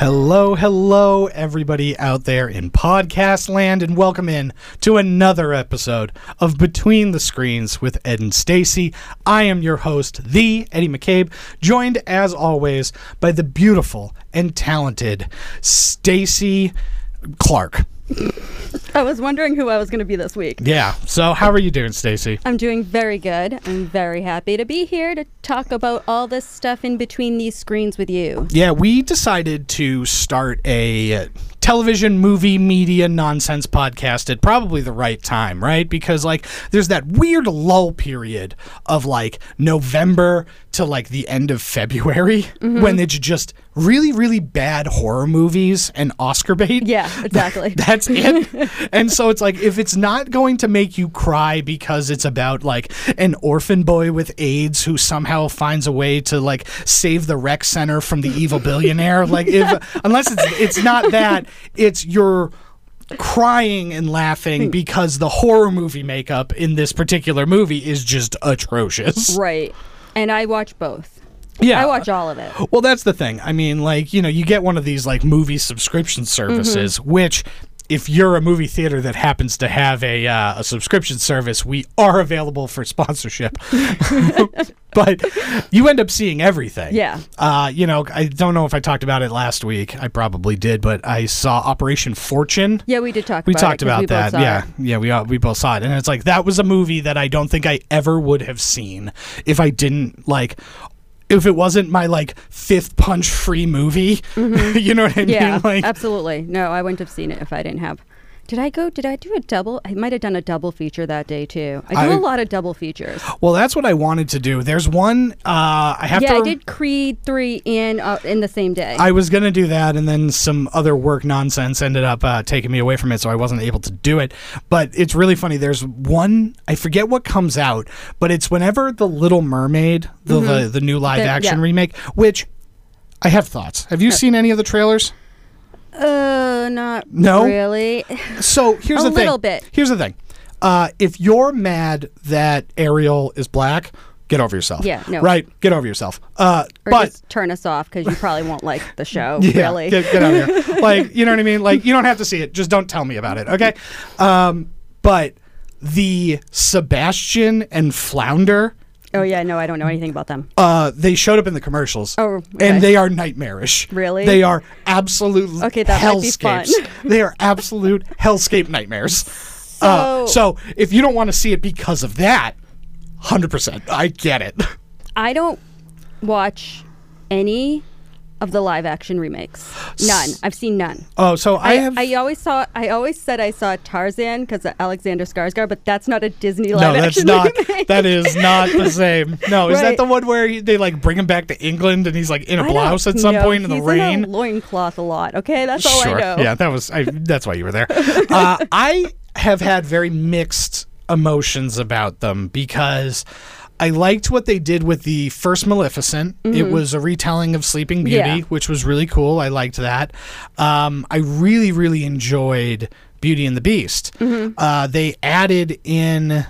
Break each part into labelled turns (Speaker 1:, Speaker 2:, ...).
Speaker 1: Hello, hello, everybody out there in podcast land, and welcome in to another episode of Between the Screens with Ed and Stacy. I am your host, the Eddie McCabe, joined as always by the beautiful and talented Stacy Clark.
Speaker 2: I was wondering who I was going to be this week.
Speaker 1: Yeah. So, how are you doing, Stacy?
Speaker 2: I'm doing very good. I'm very happy to be here to talk about all this stuff in between these screens with you.
Speaker 1: Yeah, we decided to start a television, movie, media nonsense podcast at probably the right time, right? Because like there's that weird lull period of like November to like the end of February when it's just really, really bad horror movies and Oscar bait.
Speaker 2: Yeah, exactly.
Speaker 1: That's it. and so it's like if it's not going to make you cry because it's about like an orphan boy with AIDS who somehow finds a way to like save the rec center from the evil billionaire, like if unless it's it's not that, it's your crying and
Speaker 2: Hmm.
Speaker 1: laughing because the horror movie makeup in this particular movie is just atrocious.
Speaker 2: right. And I watch both.
Speaker 1: Yeah.
Speaker 2: I watch all of it.
Speaker 1: Well, that's the thing. I mean, like, you know, you get one of these like movie subscription services, which if you're a movie theater that happens to have a uh, a subscription service, we are available for sponsorship. but you end up seeing everything.
Speaker 2: Yeah.
Speaker 1: Uh, you know, I don't know if I talked about it last week. I probably did, but I saw Operation Fortune.
Speaker 2: Yeah, we did talk
Speaker 1: We
Speaker 2: about
Speaker 1: talked
Speaker 2: it 'cause
Speaker 1: about
Speaker 2: we both
Speaker 1: that.
Speaker 2: saw
Speaker 1: Yeah.
Speaker 2: it.
Speaker 1: Yeah, we all, we both saw it. And it's like that was a movie that I don't think I ever would have seen if I didn't like if it wasn't my like fifth punch free movie. you know what I mean?
Speaker 2: Mm-hmm. Yeah,
Speaker 1: like
Speaker 2: absolutely. No, I wouldn't have seen it if I didn't have. Did I go? Did I do a double? I might have done a double feature that day too. I do
Speaker 1: I-
Speaker 2: a lot of double features.
Speaker 1: well, that's what I wanted to do. There's one uh I have
Speaker 2: Yeah,
Speaker 1: to
Speaker 2: I
Speaker 1: rem-
Speaker 2: did Creed three in uh, in the same day.
Speaker 1: I was gonna do that, and then some other work nonsense ended up uh, taking me away from it, so I wasn't able to do it. But it's really funny. There's one I forget what comes out, but it's whenever the Little Mermaid, the the, the new live
Speaker 2: Mm-hmm. The-
Speaker 1: action
Speaker 2: yeah.
Speaker 1: remake, which I have thoughts. Have you seen any of the trailers?
Speaker 2: uh, not
Speaker 1: No?
Speaker 2: really.
Speaker 1: So here's
Speaker 2: A
Speaker 1: the thing.
Speaker 2: little bit.
Speaker 1: Here's the thing. Uh, if you're mad that Ariel is black, get over yourself.
Speaker 2: Yeah, no.
Speaker 1: Right? Get over yourself. Uh,
Speaker 2: Or
Speaker 1: but
Speaker 2: just turn us off because you probably won't like the show.
Speaker 1: Yeah,
Speaker 2: really.
Speaker 1: Get, get out of here. like, you know what I mean? Like, you don't have to see it. Just don't tell me about it. Okay. Um, but the Sebastian and Flounder,
Speaker 2: Oh yeah, no, I don't know anything about them.
Speaker 1: uh, they showed up in the commercials.
Speaker 2: Oh, okay.
Speaker 1: And they are nightmarish.
Speaker 2: Really?
Speaker 1: They are absolute
Speaker 2: Okay, that might be fun.
Speaker 1: hellscapes. they are absolute hellscape nightmares. So, uh,
Speaker 2: So-
Speaker 1: so if you don't want to see it because of that, 100%. I get it.
Speaker 2: I don't watch any of the live action remakes. None. I've seen none.
Speaker 1: Oh, so I, have.
Speaker 2: I always saw. I always said I saw Tarzan because of Alexander Skarsgård, but that's not a Disney live
Speaker 1: No, that's
Speaker 2: action.
Speaker 1: not.
Speaker 2: remake.
Speaker 1: That is not the same. No, is that
Speaker 2: Right.
Speaker 1: the one where he, they like bring him back to England and he's like in a
Speaker 2: I don't
Speaker 1: blouse at some
Speaker 2: know.
Speaker 1: point in the
Speaker 2: He's
Speaker 1: rain?
Speaker 2: In a loincloth a lot. Okay, that's all
Speaker 1: sure.
Speaker 2: I know.
Speaker 1: Yeah, that was. I, that's why you were there. Uh, I have had very mixed emotions about them because. I liked what they did with the first Maleficent. It was a retelling of Sleeping Beauty,
Speaker 2: Mm-hmm. Yeah.
Speaker 1: which was really cool. I liked that. Um, I really, really enjoyed Beauty and the Beast.
Speaker 2: Mm-hmm.
Speaker 1: Uh, they added in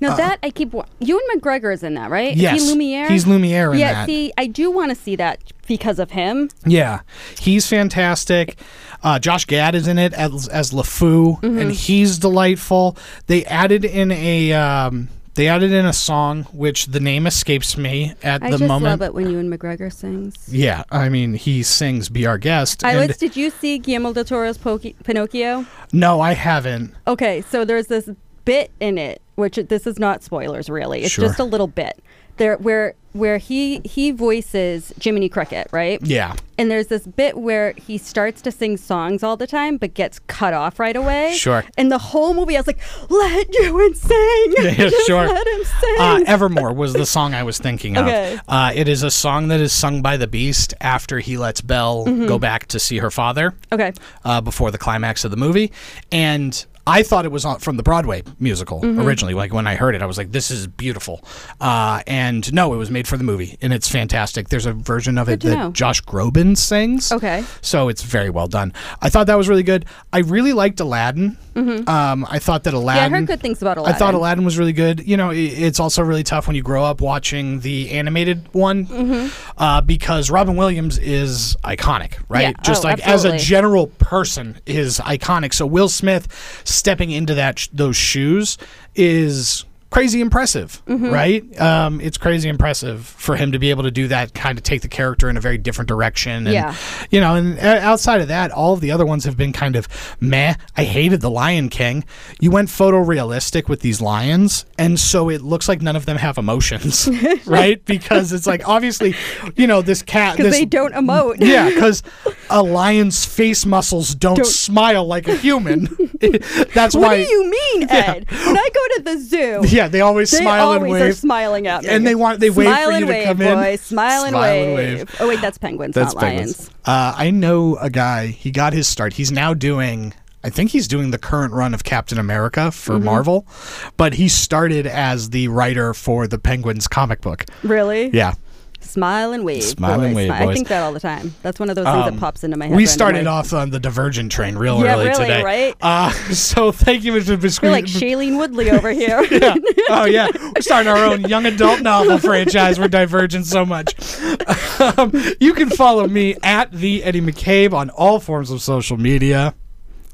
Speaker 2: Now that I keep. Wa- Ewan McGregor is in that, right? Is
Speaker 1: Uh, Yes.
Speaker 2: he Lumiere.
Speaker 1: He's Lumiere in
Speaker 2: yeah.
Speaker 1: that.
Speaker 2: See, I do want to see that because of him.
Speaker 1: Yeah, he's fantastic. Uh, Josh Gad is in it as, as LeFou,
Speaker 2: Mm-hmm.
Speaker 1: and he's delightful. They added in a um, they added in a song which the name escapes me at
Speaker 2: I
Speaker 1: the
Speaker 2: just
Speaker 1: moment.
Speaker 2: love it when Ewan McGregor sings.
Speaker 1: Yeah, I mean he sings "Be Our Guest."
Speaker 2: I
Speaker 1: and
Speaker 2: was. Did you see Guillermo del Toro's Poki- Pinocchio?
Speaker 1: no, I haven't.
Speaker 2: Okay, so there's this bit in it, which this is not spoilers really. It's
Speaker 1: Sure.
Speaker 2: just a little bit there where where he he voices Jiminy Cricket, right?
Speaker 1: Yeah,
Speaker 2: And there's this bit where he starts to sing songs all the time, but gets cut off right away.
Speaker 1: Sure.
Speaker 2: And the whole movie, I was like, "Let Ewan sing.
Speaker 1: Yeah,
Speaker 2: Just
Speaker 1: sure.
Speaker 2: Let him sing."
Speaker 1: Uh, Evermore was the song I was thinking of.
Speaker 2: Okay.
Speaker 1: Uh, it is a song that is sung by the Beast after he lets
Speaker 2: Mm-hmm.
Speaker 1: Belle go back to see her father.
Speaker 2: okay.
Speaker 1: uh, before the climax of the movie. And I thought it was on, from the Broadway musical
Speaker 2: Mm-hmm.
Speaker 1: originally. Like when I heard it, I was like, "This is beautiful," uh, and no, it was made for the movie, and it's fantastic. There's a version of it
Speaker 2: to
Speaker 1: that
Speaker 2: know.
Speaker 1: Josh Groban sings.
Speaker 2: Okay.
Speaker 1: So it's very well done. I thought that was really good. I really liked Aladdin.
Speaker 2: Mm-hmm.
Speaker 1: Um, I thought that Aladdin.
Speaker 2: good things about
Speaker 1: I thought
Speaker 2: Aladdin.
Speaker 1: Aladdin was really good. You know, i- it's also really tough when you grow up watching the animated one
Speaker 2: Mm-hmm.
Speaker 1: uh, because Robin Williams is iconic, right?
Speaker 2: Yeah.
Speaker 1: Just
Speaker 2: Oh,
Speaker 1: like as a
Speaker 2: absolutely.
Speaker 1: general person is iconic. So Will Smith stepping into that sh- those shoes is crazy impressive,
Speaker 2: Mm-hmm.
Speaker 1: right? Um, it's crazy impressive for him to be able to do that, kind of take the character in a very different direction. And,
Speaker 2: Yeah.
Speaker 1: You know, and uh, outside of that, all of the other ones have been kind of meh. I hated The Lion King. You went photorealistic with these lions, and so it looks like none of them have emotions, right? Because it's like obviously, you know, this cat.
Speaker 2: because
Speaker 1: this-
Speaker 2: they don't emote.
Speaker 1: yeah, because a lion's face muscles don't,
Speaker 2: Don't-
Speaker 1: smile like a human. That's
Speaker 2: What
Speaker 1: why.
Speaker 2: do you mean, Ed? When I go to the zoo,
Speaker 1: yeah, they always
Speaker 2: they
Speaker 1: smile
Speaker 2: always
Speaker 1: and wave.
Speaker 2: are smiling at me,
Speaker 1: And they want- they wait
Speaker 2: smile
Speaker 1: for you
Speaker 2: and
Speaker 1: to
Speaker 2: wave,
Speaker 1: come in.
Speaker 2: Boy, smile and
Speaker 1: Smile and
Speaker 2: wave.
Speaker 1: wave.
Speaker 2: Oh wait, that's penguins,
Speaker 3: That's
Speaker 2: not
Speaker 3: penguins.
Speaker 2: lions.
Speaker 1: Uh, I know a guy. He got his start. He's now doing. I think he's doing the current run of Captain America for
Speaker 2: Mm-hmm.
Speaker 1: Marvel, but he started as the writer for the Penguins comic book.
Speaker 2: Really?
Speaker 1: Yeah.
Speaker 2: Smile and wave.
Speaker 3: Smile and
Speaker 2: boys.
Speaker 3: wave,
Speaker 2: I
Speaker 3: boys.
Speaker 2: think that all the time. That's one of those things that pops into my head.
Speaker 1: Um, We started
Speaker 2: randomly.
Speaker 1: off on the Divergent train real
Speaker 2: Yeah,
Speaker 1: early
Speaker 2: really,
Speaker 1: today.
Speaker 2: right?
Speaker 1: Uh, so thank you for
Speaker 2: We're
Speaker 1: between.
Speaker 2: like Shailene Woodley over here.
Speaker 1: yeah. Oh yeah, we're starting our own young adult novel franchise. We're divergent so much. Um, you can follow me at the Eddie McCabe on all forms of social media.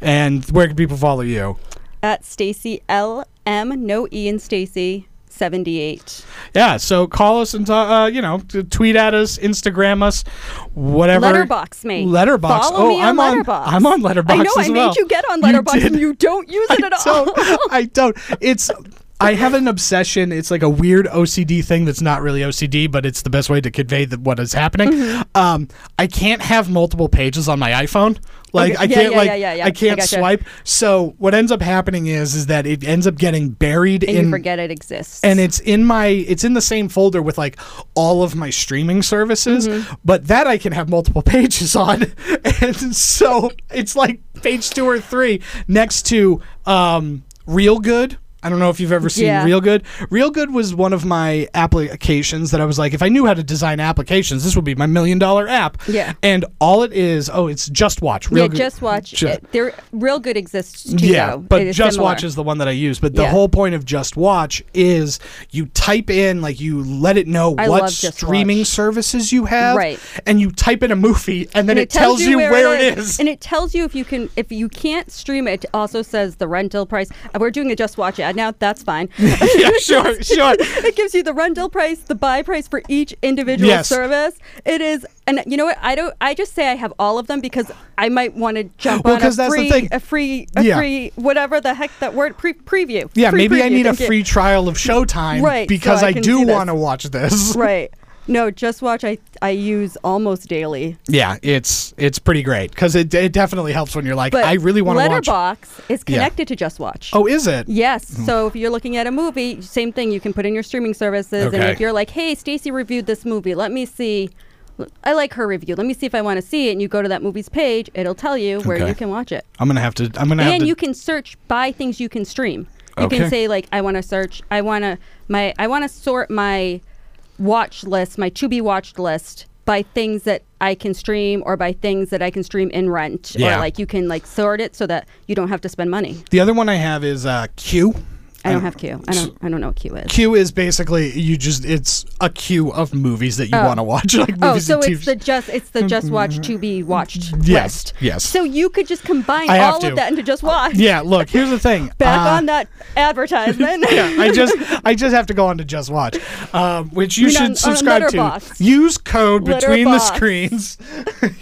Speaker 1: And where can people follow you?
Speaker 2: At Stacy L M, no E in Stacy, seventy eight.
Speaker 1: Yeah, so call us and t- uh, you know t- tweet at us, Instagram us, whatever.
Speaker 2: Letterbox me.
Speaker 1: Letterbox.
Speaker 2: Follow
Speaker 1: oh,
Speaker 2: me on
Speaker 1: I'm
Speaker 2: Letterbox.
Speaker 1: on. I'm on Letterbox.
Speaker 2: I know.
Speaker 1: as
Speaker 2: I
Speaker 1: well.
Speaker 2: made you get on
Speaker 1: You
Speaker 2: Letterbox,
Speaker 1: did.
Speaker 2: and you don't use it at all.
Speaker 1: don't. I don't. It's. I have an obsession. It's like a weird OCD thing that's not really OCD, but it's the best way to convey the, what is happening.
Speaker 2: Mm-hmm.
Speaker 1: Um, I can't have multiple pages on my iPhone. Like
Speaker 2: Okay.
Speaker 1: I
Speaker 2: Yeah,
Speaker 1: can't
Speaker 2: yeah,
Speaker 1: like
Speaker 2: yeah, yeah, yeah.
Speaker 1: I can't
Speaker 2: I gotcha.
Speaker 1: swipe. So what ends up happening is is that it ends up getting buried
Speaker 2: And
Speaker 1: in
Speaker 2: you forget it exists.
Speaker 1: and it's in my it's in the same folder with like all of my streaming services
Speaker 2: Mm-hmm.
Speaker 1: but that i can have multiple pages on and so it's like page two or three next to um real good I don't know if you've ever seen
Speaker 2: Yeah.
Speaker 1: Real Good. Real Good was one of my applications that I was like, if I knew how to design applications, this would be my million dollar app.
Speaker 2: Yeah.
Speaker 1: And all it is, oh, it's Just Watch. Real
Speaker 2: yeah,
Speaker 1: Good.
Speaker 2: just watch.
Speaker 1: Ju-
Speaker 2: it. They're real good exists too.
Speaker 1: yeah,
Speaker 2: though.
Speaker 1: but
Speaker 2: It is
Speaker 1: Just
Speaker 2: similar.
Speaker 1: Watch is the one that I use. But the
Speaker 2: Yeah.
Speaker 1: whole point of Just Watch is you type in like you let it know
Speaker 2: I
Speaker 1: what
Speaker 2: love Just
Speaker 1: streaming
Speaker 2: Watch.
Speaker 1: services you have,
Speaker 2: Right.
Speaker 1: And you type in a movie, and then
Speaker 2: And
Speaker 1: it, tells you where, it is.
Speaker 2: and it tells you if you can if you can't stream it. It also says the rental price. Uh, We're doing a just watch ad now. That's fine.
Speaker 1: yeah, sure, sure.
Speaker 2: it gives you the rental price, the buy price for each individual
Speaker 1: Yes.
Speaker 2: service. It is, and you know what? I don't. I just say I have all of them because I might want to jump
Speaker 1: Well,
Speaker 2: on a
Speaker 1: 'cause that's the
Speaker 2: free,
Speaker 1: thing.
Speaker 2: a free, a
Speaker 1: Yeah.
Speaker 2: free, whatever the heck that word pre- preview.
Speaker 1: Yeah,
Speaker 2: Free
Speaker 1: maybe I
Speaker 2: preview,
Speaker 1: need a
Speaker 2: thank you.
Speaker 1: free trial of Showtime
Speaker 2: Right, so
Speaker 1: because
Speaker 2: I
Speaker 1: I
Speaker 2: can
Speaker 1: do
Speaker 2: do this.
Speaker 1: want to watch this.
Speaker 2: Right. No, just watch. I I use almost daily.
Speaker 1: Yeah, it's it's pretty great because it, it definitely helps when you're like,
Speaker 2: But
Speaker 1: I really want to watch.
Speaker 2: Letterbox is
Speaker 1: Yeah.
Speaker 2: connected to Just Watch.
Speaker 1: Oh, is it?
Speaker 2: Yes. So if you're looking at a movie, same thing. You can put in your streaming services, and
Speaker 1: Okay.
Speaker 2: if you're like, "Hey, Stacy reviewed this movie. Let me see. I like her review. Let me see if I want to see it." And you go to that movie's page, it'll tell you where
Speaker 1: Okay.
Speaker 2: you can watch it,
Speaker 1: I'm gonna have to. I'm gonna have
Speaker 2: and
Speaker 1: to.
Speaker 2: you can search by things you can stream. You
Speaker 1: Okay.
Speaker 2: can say like, "I want to search. I want to my. I want to sort my watch list, my to be watched list." By things that I can stream, or by things that I can stream in rent,
Speaker 1: Yeah.
Speaker 2: or like you can like sort it so that you don't have to spend money.
Speaker 1: the other one I have is uh, Q.
Speaker 2: I don't have Q. I don't. I don't know what Q is.
Speaker 1: queue is basically you just it's a queue of movies that you
Speaker 2: Oh.
Speaker 1: want to watch like
Speaker 2: Oh,
Speaker 1: movies
Speaker 2: so
Speaker 1: and TV
Speaker 2: it's the just it's the just watch to be watched
Speaker 1: Yes,
Speaker 2: list.
Speaker 1: yes.
Speaker 2: So you could just combine
Speaker 1: I have
Speaker 2: all
Speaker 1: to. Oh,
Speaker 2: of that into just watch.
Speaker 1: yeah look here's the thing
Speaker 2: Back
Speaker 1: Uh,
Speaker 2: on that advertisement.
Speaker 1: yeah, I just I just have to go on to Just Watch, um, which you
Speaker 2: mean on-
Speaker 1: should
Speaker 2: on
Speaker 1: subscribe to.
Speaker 2: Letterboxd.
Speaker 1: Use code between the
Speaker 2: Letterboxd.
Speaker 1: screens.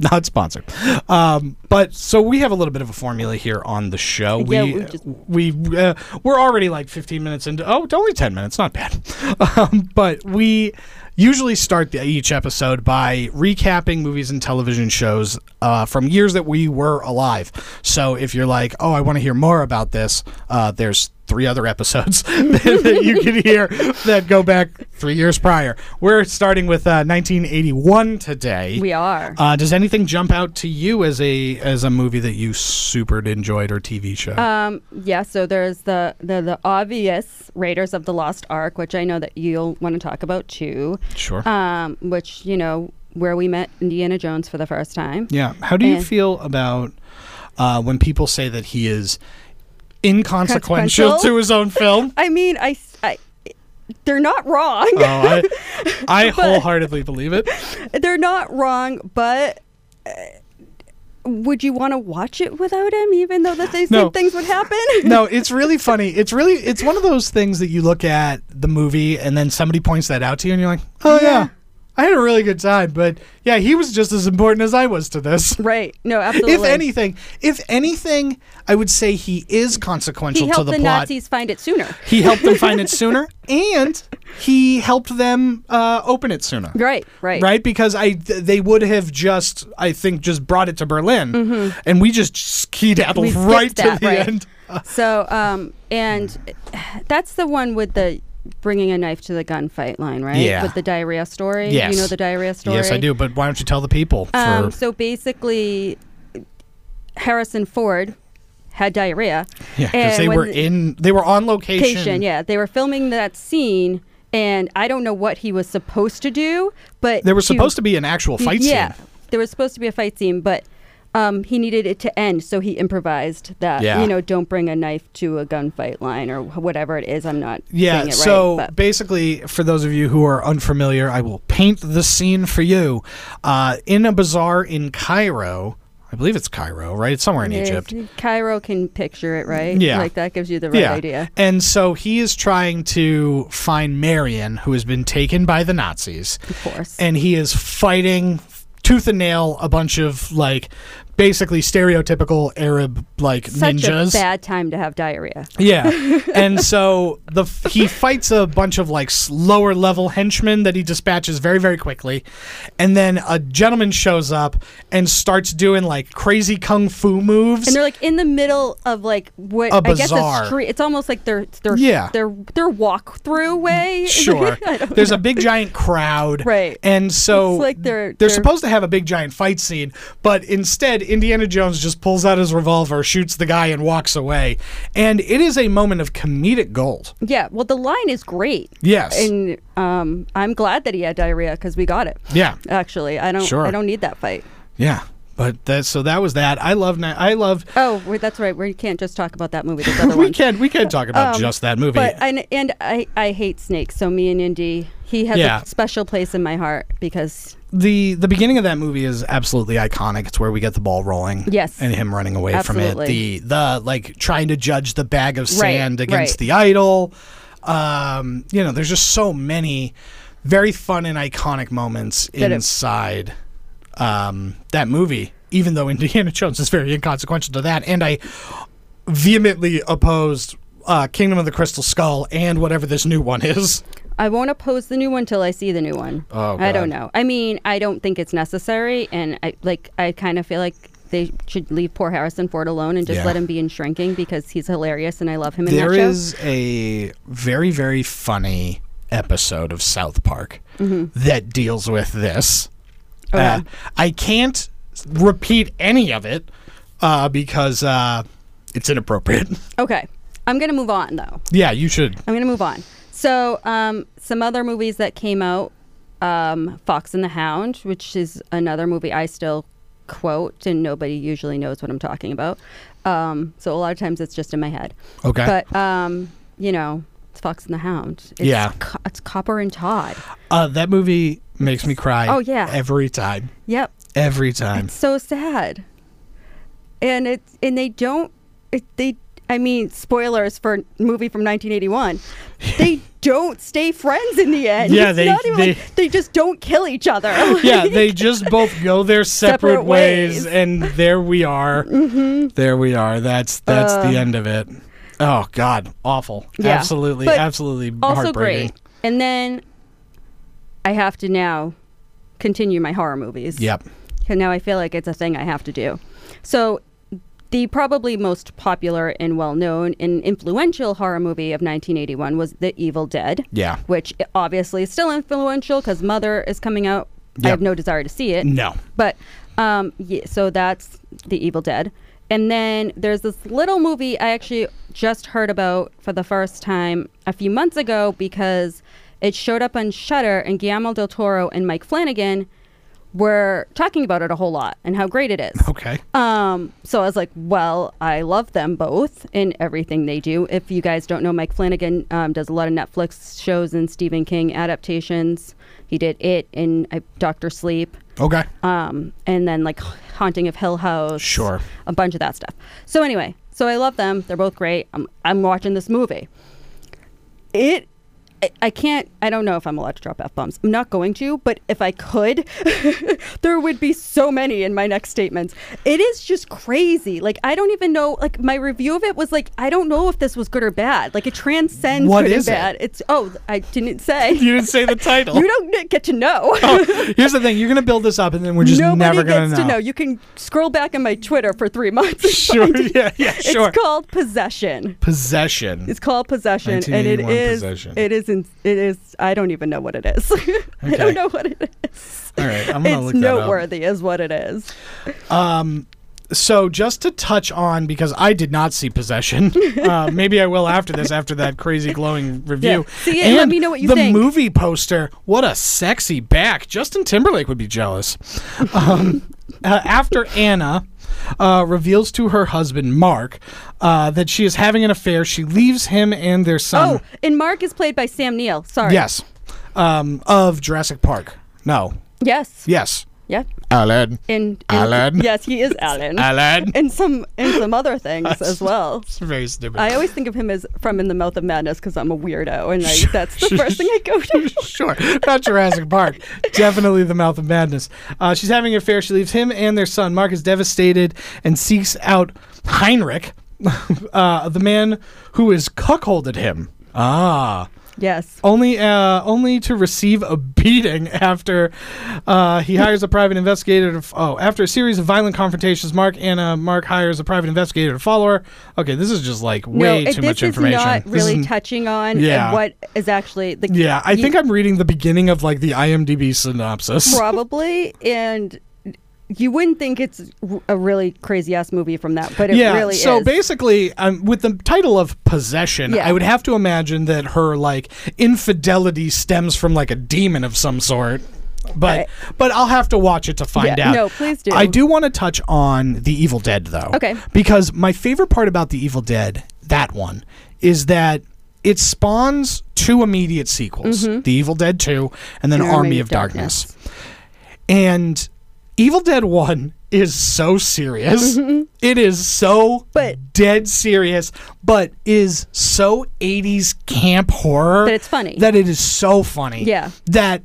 Speaker 1: Not sponsored, um, but so we have a little bit of a formula here on the show.
Speaker 2: Yeah,
Speaker 1: we
Speaker 2: we just-
Speaker 1: we uh, we're already like 15 minutes into oh it's only 10 minutes not bad um, but we usually start the, each episode by recapping movies and television shows uh, from years that we were alive so if you're like oh i want to hear more about this uh, there's three other episodes that, that you can hear that go back three years prior. We're starting with uh, 1981 today.
Speaker 2: We are.
Speaker 1: Uh, does anything jump out to you as a as a movie that you super enjoyed or TV show?
Speaker 2: Um, yeah, so there's the, the the obvious Raiders of the Lost Ark, which I know that you'll want to talk about too.
Speaker 1: sure.
Speaker 2: Um, which you know where we met Indiana Jones for the first time.
Speaker 1: yeah. How do you
Speaker 2: and-
Speaker 1: feel about uh, when people say that he is inconsequential
Speaker 2: Consequential?
Speaker 1: to his own film?
Speaker 2: I mean, I, s- I- they're not wrong.
Speaker 1: oh, I, I wholeheartedly believe it.
Speaker 2: they're not wrong, but. uh, Would you want to watch it without him, even though the th-
Speaker 1: No.
Speaker 2: same things would happen?
Speaker 1: no, it's really funny. It's really it's one of those things that you look at the movie and then somebody points that out to you and you're like, "Oh yeah. I had a really good time, but yeah, he was just as important as I was to this."
Speaker 2: right? No, absolutely.
Speaker 1: If anything, if anything, I would say he is consequential
Speaker 2: he
Speaker 1: to
Speaker 2: helped
Speaker 1: the,
Speaker 2: the,
Speaker 1: plot.
Speaker 2: Nazis find it sooner.
Speaker 1: He helped them find it sooner, and he helped them uh, open it sooner.
Speaker 2: Right, right,
Speaker 1: Right, because I th- they would have just I think just brought it to Berlin, and we just skedaddled
Speaker 2: Mm-hmm. We skipped
Speaker 1: right to
Speaker 2: that,
Speaker 1: the
Speaker 2: right.
Speaker 1: end.
Speaker 2: So, um, and that's the one with the bringing a knife to the gunfight line, right?
Speaker 1: Yeah.
Speaker 2: With the diarrhea story.
Speaker 1: Yes.
Speaker 2: You know the diarrhea story?
Speaker 1: Yes, I do. But why don't you tell the people? for,
Speaker 2: Um, so basically, Harrison Ford had diarrhea.
Speaker 1: yeah, because
Speaker 2: and
Speaker 1: they
Speaker 2: when
Speaker 1: were
Speaker 2: the-
Speaker 1: in they were on location.
Speaker 2: Location, yeah. They were filming that scene, and I don't know what he was supposed to do, but
Speaker 1: There was
Speaker 2: to-
Speaker 1: supposed to be an actual fight
Speaker 2: yeah,
Speaker 1: scene.
Speaker 2: there was supposed to be a fight scene, but um, he needed it to end, so he improvised that.
Speaker 1: Yeah.
Speaker 2: You know, don't bring a knife to a gunfight line or wh- whatever it is. I'm not.
Speaker 1: Yeah,
Speaker 2: saying it
Speaker 1: so
Speaker 2: right, but-
Speaker 1: basically, for those of you who are unfamiliar, I will paint the scene for you. Uh, in a bazaar in Cairo, I believe it's Cairo, right? It's somewhere in
Speaker 2: Yeah,
Speaker 1: Egypt.
Speaker 2: if Cairo can picture it, right?
Speaker 1: Yeah.
Speaker 2: like that gives you the right
Speaker 1: yeah.
Speaker 2: idea.
Speaker 1: And so he is trying to find Marion, who has been taken by the Nazis.
Speaker 2: Of course.
Speaker 1: and he is fighting tooth and nail a bunch of like basically stereotypical Arab like
Speaker 2: Such
Speaker 1: ninjas.
Speaker 2: a bad time to have diarrhea.
Speaker 1: yeah, and so the f- he fights a bunch of like s- lower level henchmen that he dispatches very very quickly, and then a gentleman shows up and starts doing like crazy kung fu moves.
Speaker 2: And they're like in the middle of like what
Speaker 1: A
Speaker 2: I guess
Speaker 1: bazaar.
Speaker 2: a street. It's almost like their their
Speaker 1: Yeah.
Speaker 2: their their walk through way.
Speaker 1: Sure. There's a big giant crowd.
Speaker 2: Right.
Speaker 1: And so
Speaker 2: It's like they're-
Speaker 1: they're
Speaker 2: they're-
Speaker 1: supposed to have a big giant fight scene, but instead Indiana Jones just pulls out his revolver, shoots the guy and walks away. And it is a moment of comedic gold.
Speaker 2: yeah. Well, the line is great.
Speaker 1: Yes.
Speaker 2: And um, I'm glad that he had diarrhea because we got it.
Speaker 1: Yeah.
Speaker 2: Actually, I don't.
Speaker 1: Sure.
Speaker 2: I don't need that fight.
Speaker 1: Yeah. But that so that was that. I love na- I love
Speaker 2: Oh, wait, that's right. We can't just talk about that movie. There's other
Speaker 1: we
Speaker 2: ones.
Speaker 1: can't we can't talk about
Speaker 2: Um,
Speaker 1: just that movie.
Speaker 2: But and and I I hate snakes. So me and Indy, he has
Speaker 1: Yeah.
Speaker 2: a special place in my heart because
Speaker 1: the the beginning of that movie is absolutely iconic. It's where we get the ball rolling.
Speaker 2: Yes.
Speaker 1: and him running away from it.
Speaker 2: Absolutely.
Speaker 1: The the like trying to judge the bag of sand against
Speaker 2: right.
Speaker 1: the idol. Um, you know, there's just so many very fun and iconic moments
Speaker 2: That it-
Speaker 1: inside um, that movie. Even though Indiana Jones is very inconsequential to that, and I vehemently opposed uh, Kingdom of the Crystal Skull and whatever this new one is.
Speaker 2: I won't oppose the new one till I see the new one.
Speaker 1: Oh,
Speaker 2: I don't
Speaker 1: God.
Speaker 2: know. I mean, I don't think it's necessary, and I like. I kind of feel like they should leave poor Harrison Ford alone and just
Speaker 1: Yeah.
Speaker 2: let him be in Shrinking because he's hilarious and I love him in
Speaker 1: There
Speaker 2: that show.
Speaker 1: is a very, very funny episode of South Park
Speaker 2: Mm-hmm.
Speaker 1: that deals with this.
Speaker 2: Oh,
Speaker 1: Uh, I can't repeat any of it uh, because uh, it's inappropriate.
Speaker 2: okay, I'm gonna move on though.
Speaker 1: yeah, you should.
Speaker 2: I'm gonna move on. So, um, some other movies that came out: um, Fox and the Hound, which is another movie I still quote, and nobody usually knows what I'm talking about. Um, so a lot of times it's just in my head.
Speaker 1: Okay.
Speaker 2: But um, you know, it's Fox and the Hound. It's
Speaker 1: Yeah.
Speaker 2: Co- it's Copper and Todd.
Speaker 1: Uh, that movie makes me cry.
Speaker 2: Oh, yeah.
Speaker 1: Every time.
Speaker 2: Yep.
Speaker 1: Every time.
Speaker 2: So sad. And it and they don't. It, they. I mean, spoilers for a movie from 1981. They don't stay friends in the end.
Speaker 1: Yeah,
Speaker 2: It's
Speaker 1: they-
Speaker 2: not even
Speaker 1: they-
Speaker 2: like they just don't kill each other.
Speaker 1: yeah, they just both go their separate,
Speaker 2: Separate
Speaker 1: ways,
Speaker 2: ways. Mm-hmm.
Speaker 1: and there we are. There we are. That's that's the end of it. Oh God, awful.
Speaker 2: Uh. Yeah.
Speaker 1: Absolutely,
Speaker 2: But
Speaker 1: absolutely
Speaker 2: also
Speaker 1: heartbreaking.
Speaker 2: great. And then I have to now continue my horror movies.
Speaker 1: Yep.
Speaker 2: And now I feel like it's a thing I have to do. So The probably most popular and well known and influential horror movie of 1981 was The Evil Dead.
Speaker 1: Yeah.
Speaker 2: Which obviously is still influential because Mother is coming out. I
Speaker 1: Yep.
Speaker 2: have no desire to see it.
Speaker 1: No.
Speaker 2: But um, yeah, so that's The Evil Dead. And then there's this little movie I actually just heard about for the first time a few months ago because it showed up on Shutter and Guillermo del Toro and Mike Flanagan were talking about it a whole lot and how great it is.
Speaker 1: Okay.
Speaker 2: Um, so I was like, well, I love them both in everything they do. If you guys don't know, Mike Flanagan um, does a lot of Netflix shows and Stephen King adaptations. He did it in uh, Doctor Sleep,
Speaker 1: Okay.
Speaker 2: um, and then like Haunting of Hill House.
Speaker 1: Sure.
Speaker 2: a bunch of that stuff. So anyway, so I love them. They're both great. I'm I'm watching this movie. It. I- I can't. I don't know if I'm allowed to drop f bombs. I'm not going to, but if I could, there would be so many in my next statements. It is just crazy. Like I don't even know. Like my review of it was like I don't know if this was good or bad. Like it transcends
Speaker 1: What
Speaker 2: good
Speaker 1: is it?
Speaker 2: and bad. It's oh I didn't say.
Speaker 1: You Oh, didn't say the title.
Speaker 2: you don't get to know.
Speaker 1: Here's the thing: you're gonna build this up, and then we're just
Speaker 2: Nobody
Speaker 1: never gonna
Speaker 2: gets
Speaker 1: know.
Speaker 2: to know. You can scroll back on my Twitter for three months. and
Speaker 1: Sure.
Speaker 2: find it.
Speaker 1: Yeah. Yeah. Sure.
Speaker 2: It's called possession.
Speaker 1: Possession.
Speaker 2: It's called possession, and it
Speaker 1: 1981
Speaker 2: is.
Speaker 1: Possession.
Speaker 2: It is. In, it is. I don't even know what it is. I
Speaker 1: Okay.
Speaker 2: don't know what it is.
Speaker 1: All right. I'm gonna
Speaker 2: It's
Speaker 1: look that up.
Speaker 2: noteworthy, is what it is.
Speaker 1: Um, so just to touch on, because I did not see Possession. uh, maybe I will after this, after that crazy glowing review.
Speaker 2: Yeah. See it and let me know what you
Speaker 1: the
Speaker 2: think.
Speaker 1: movie poster. What a sexy back! Justin Timberlake would be jealous. Um, uh, after Anna. Uh, reveals to her husband Mark uh, that she is having an affair. She leaves him and their son.
Speaker 2: oh, and Mark is played by Sam Neill. Sorry.
Speaker 1: Um, Yes, um, of Jurassic Park. No,
Speaker 2: Yes.
Speaker 1: yes,
Speaker 2: Yeah.
Speaker 1: Alan,
Speaker 2: And, and-
Speaker 1: Alan.
Speaker 2: Yes, he is Alan.
Speaker 1: Alan.
Speaker 2: And some and some other things as well.
Speaker 1: It's very stupid.
Speaker 2: I always think of him as from In the Mouth of Madness because I'm a weirdo, and I, that's the first thing I go to.
Speaker 1: sure. Not Jurassic Park. Definitely the Mouth of Madness. Uh, she's having an affair. She leaves him and their son. Mark is devastated and seeks out Heinrich, uh, the man who has cuckolded him. Ah.
Speaker 2: Yes.
Speaker 1: Only, uh, only to receive a beating after uh, he hires a private investigator. To f- oh, after a series of violent confrontations, Mark and uh, Mark hires a private investigator to follow her. Okay, this is just like way
Speaker 2: no, it-
Speaker 1: too
Speaker 2: this
Speaker 1: much information.
Speaker 2: is not
Speaker 1: This
Speaker 2: really
Speaker 1: isn't-
Speaker 2: touching on uh,
Speaker 1: Yeah.
Speaker 2: what is actually the
Speaker 1: Yeah, I
Speaker 2: you-
Speaker 1: think I'm reading the beginning of like the IMDb synopsis.
Speaker 2: probably and you wouldn't think it's r- a really crazy ass movie from that, but it
Speaker 1: yeah.
Speaker 2: really
Speaker 1: so
Speaker 2: is.
Speaker 1: basically, um, with the title of possession,
Speaker 2: Yeah.
Speaker 1: I would have to imagine that her like infidelity stems from like a demon of some sort. But
Speaker 2: Right.
Speaker 1: but I'll have to watch it to find
Speaker 2: Yeah,
Speaker 1: out.
Speaker 2: no, please do.
Speaker 1: I do want to touch on The Evil Dead though.
Speaker 2: Okay.
Speaker 1: Because my favorite part about The Evil Dead, that one, is that it spawns two immediate sequels,
Speaker 2: Mm-hmm.
Speaker 1: The Evil Dead 2 and then
Speaker 2: And
Speaker 1: Army, of Darkness. And Evil Dead 1 is so serious. It is so
Speaker 2: But-
Speaker 1: dead serious, but is so 80s camp horror.
Speaker 2: That it's funny.
Speaker 1: That it is so funny.
Speaker 2: Yeah.
Speaker 1: That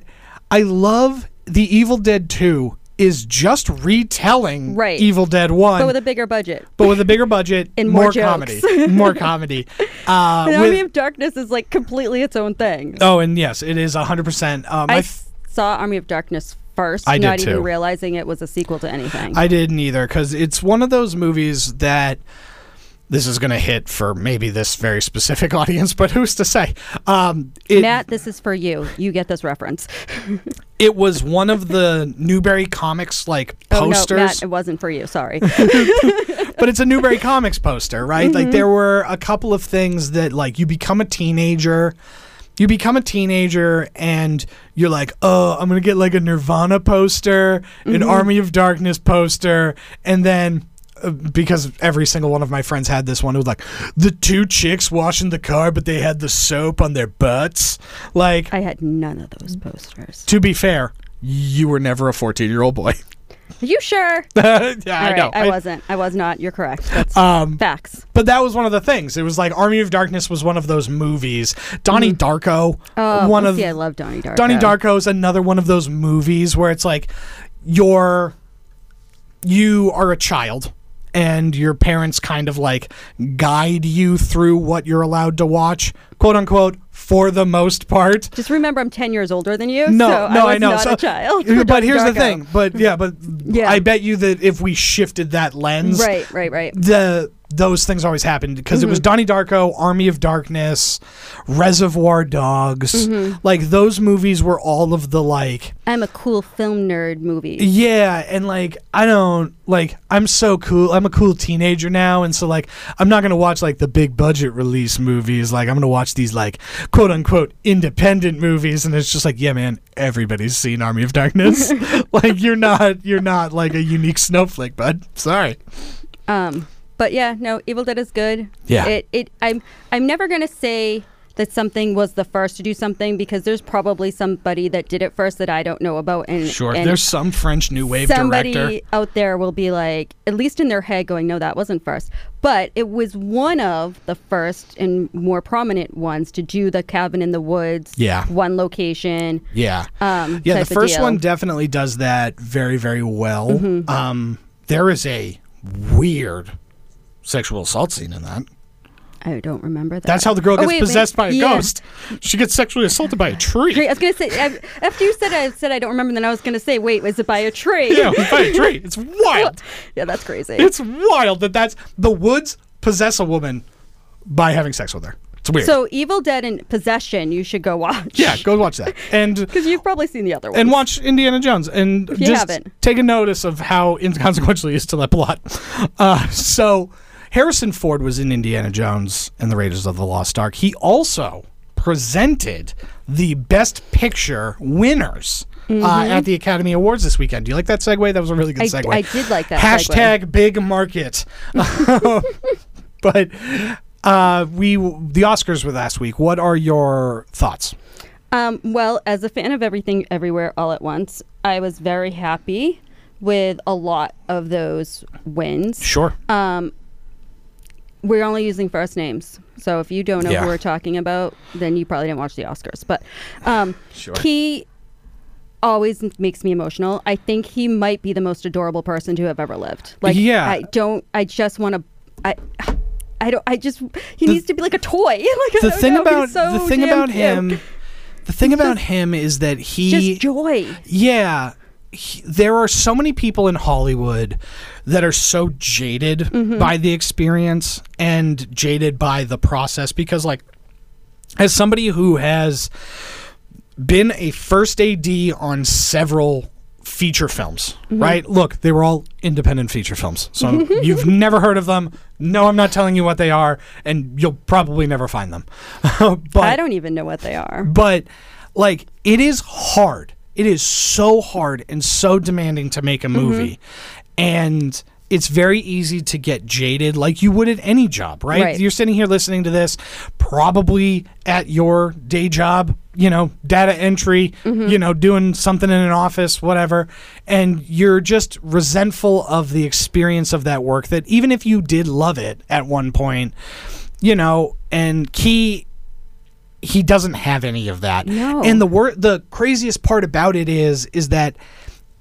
Speaker 1: I love The Evil Dead 2 is just retelling
Speaker 2: Right.
Speaker 1: Evil Dead 1.
Speaker 2: but with a bigger budget.
Speaker 1: but with a bigger budget
Speaker 2: And
Speaker 1: more,
Speaker 2: more
Speaker 1: comedy.
Speaker 2: jokes.
Speaker 1: More comedy. Uh,
Speaker 2: The
Speaker 1: with-
Speaker 2: Army of Darkness is like completely its own thing.
Speaker 1: oh, and yes, it is 100%. Uh, my
Speaker 2: I
Speaker 1: f-
Speaker 2: s- saw Army of Darkness first,
Speaker 1: I did
Speaker 2: not even
Speaker 1: too.
Speaker 2: realizing it was a sequel to anything.
Speaker 1: I didn't either because it's one of those movies that this is going to hit for maybe this very specific audience, but who's to say? Um, it,
Speaker 2: Matt, this is for you. You get this reference.
Speaker 1: it was one of the Newberry Comics like
Speaker 2: Oh no,
Speaker 1: posters,
Speaker 2: Matt, it wasn't for you. Sorry.
Speaker 1: but it's a Newberry Comics poster, right? Like
Speaker 2: Mm-hmm.
Speaker 1: there were a couple of things that like you become a teenager. You become a teenager and you're like, oh, I'm going to get like a Nirvana poster,
Speaker 2: Mm-hmm.
Speaker 1: an Army of Darkness poster, and then uh, because every single one of my friends had this one. It was like the two chicks washing the car, but they had the soap on their butts. Like,
Speaker 2: I had none of those posters.
Speaker 1: to be fair, you were never a 14 year old boy.
Speaker 2: Are you sure?
Speaker 1: yeah,
Speaker 2: All
Speaker 1: I
Speaker 2: right,
Speaker 1: know.
Speaker 2: I, wasn't. I was not. You're correct. That's
Speaker 1: Um,
Speaker 2: facts.
Speaker 1: But that was one of the things. It was like Army of Darkness was one of those movies. Donnie Darko,
Speaker 2: Mm. Oh,
Speaker 1: one of
Speaker 2: see, I love Donnie Darko.
Speaker 1: Donnie Darko is another one of those movies where it's like you're you are a child and your parents kind of like guide you through what you're allowed to watch, quote unquote, for the most part.
Speaker 2: Just remember, I'm 10 years older than you.
Speaker 1: No,
Speaker 2: so
Speaker 1: no,
Speaker 2: I, was
Speaker 1: I know.
Speaker 2: Not
Speaker 1: So-
Speaker 2: a child. for
Speaker 1: But here's the
Speaker 2: Dondarko.
Speaker 1: thing. But yeah, but
Speaker 2: Yeah.
Speaker 1: I bet you that if we shifted that lens,
Speaker 2: Right, right, right.
Speaker 1: the those things always happened because it was
Speaker 2: Mm-hmm.
Speaker 1: Donnie Darko, Army of Darkness, Reservoir Dogs.
Speaker 2: Mm-hmm.
Speaker 1: Like those movies were all of the like
Speaker 2: I'm a cool film nerd movie.
Speaker 1: yeah, and like I don't like I'm so cool. I'm a cool teenager now, and so like I'm not gonna watch like the big budget release movies. Like I'm gonna watch these like quote unquote independent movies, and it's just like yeah, man, everybody's seen Army of Darkness. like you're not you're not like a unique snowflake, bud. Sorry.
Speaker 2: Um, but yeah, no, Evil Dead is good.
Speaker 1: Yeah.
Speaker 2: It, it, I'm, I'm never gonna say that something was the first to do something because there's probably somebody that did it first that I don't know about. And
Speaker 1: Sure,
Speaker 2: and
Speaker 1: there's some French new wave
Speaker 2: somebody
Speaker 1: director.
Speaker 2: out there will be like, at least in their head, going, "No, that wasn't first. But it was one of the first and more prominent ones to do the cabin in the woods.
Speaker 1: Yeah.
Speaker 2: One location.
Speaker 1: Yeah.
Speaker 2: Um,
Speaker 1: yeah,
Speaker 2: type
Speaker 1: the
Speaker 2: of
Speaker 1: first
Speaker 2: deal. Mm-hmm.
Speaker 1: one definitely does that very, very well. Um, there is a weird sexual assault scene in that.
Speaker 2: I don't remember that.
Speaker 1: That's how the girl
Speaker 2: Oh,
Speaker 1: gets
Speaker 2: wait, wait,
Speaker 1: possessed by a
Speaker 2: yeah.
Speaker 1: ghost. She gets sexually assaulted by a
Speaker 2: Great.
Speaker 1: tree.
Speaker 2: I was gonna say I, after you said I said I don't remember. Then I was gonna say, wait, was it by a tree?
Speaker 1: yeah, by a tree. It's wild.
Speaker 2: yeah, that's crazy.
Speaker 1: It's wild that that's the woods possess a woman by having sex with her. It's weird.
Speaker 2: so Evil Dead and Possession, you should go watch.
Speaker 1: yeah, go watch that. And
Speaker 2: because you've probably seen the other one.
Speaker 1: and watch Indiana Jones and
Speaker 2: you
Speaker 1: just
Speaker 2: haven't.
Speaker 1: take a notice of how inconsequential he is to that plot. Uh, so Harrison Ford was in Indiana Jones and the Raiders of the Lost Ark. He also presented the Best Picture winners. Uh, at the Academy Awards this weekend. Do you like that segue? That was a really good
Speaker 2: Mm-hmm. I-
Speaker 1: segue.
Speaker 2: I did like that segue.
Speaker 1: Hashtag big market. but uh, we the Oscars were last week. What are your thoughts?
Speaker 2: Um, well, as a fan of everything, everywhere, all at once, I was very happy with a lot of those wins.
Speaker 1: Sure.
Speaker 2: We're only using first names, so if you don't know
Speaker 1: Yeah.
Speaker 2: who we're talking about, then you probably didn't watch the Oscars. But um,
Speaker 1: Sure.
Speaker 2: he always makes me emotional. I think he might be the most adorable person to have ever lived. Like,
Speaker 1: Yeah.
Speaker 2: I don't. I just want to. I. I don't. I just. He needs to be like a toy. like I
Speaker 1: the
Speaker 2: don't
Speaker 1: thing
Speaker 2: know,
Speaker 1: about
Speaker 2: he's so
Speaker 1: the thing
Speaker 2: damn
Speaker 1: about
Speaker 2: cute.
Speaker 1: him the thing about him is that he
Speaker 2: Just joy.
Speaker 1: yeah he- there are so many people in Hollywood that are so jaded
Speaker 2: Mm-hmm.
Speaker 1: by the experience and jaded by the process because like as somebody who has been a first AD on several feature films,
Speaker 2: Mm-hmm.
Speaker 1: right? Look, they were all independent feature films. So you've never heard of them. No, I'm not telling you what they are, and you'll probably never find them. but
Speaker 2: I don't even know what they are.
Speaker 1: but like it is hard. It is so hard and so demanding to make a movie. And it's very easy to get jaded like you would at any job, right?
Speaker 2: Right.
Speaker 1: You're sitting here listening to this probably at your day job, you know, data entry, you know, doing something in an office, whatever, and you're just resentful of the experience of that work that even if you did love it at one point, you know, and Key he doesn't have any of that.
Speaker 2: No.
Speaker 1: And the wor- the craziest part about it is is that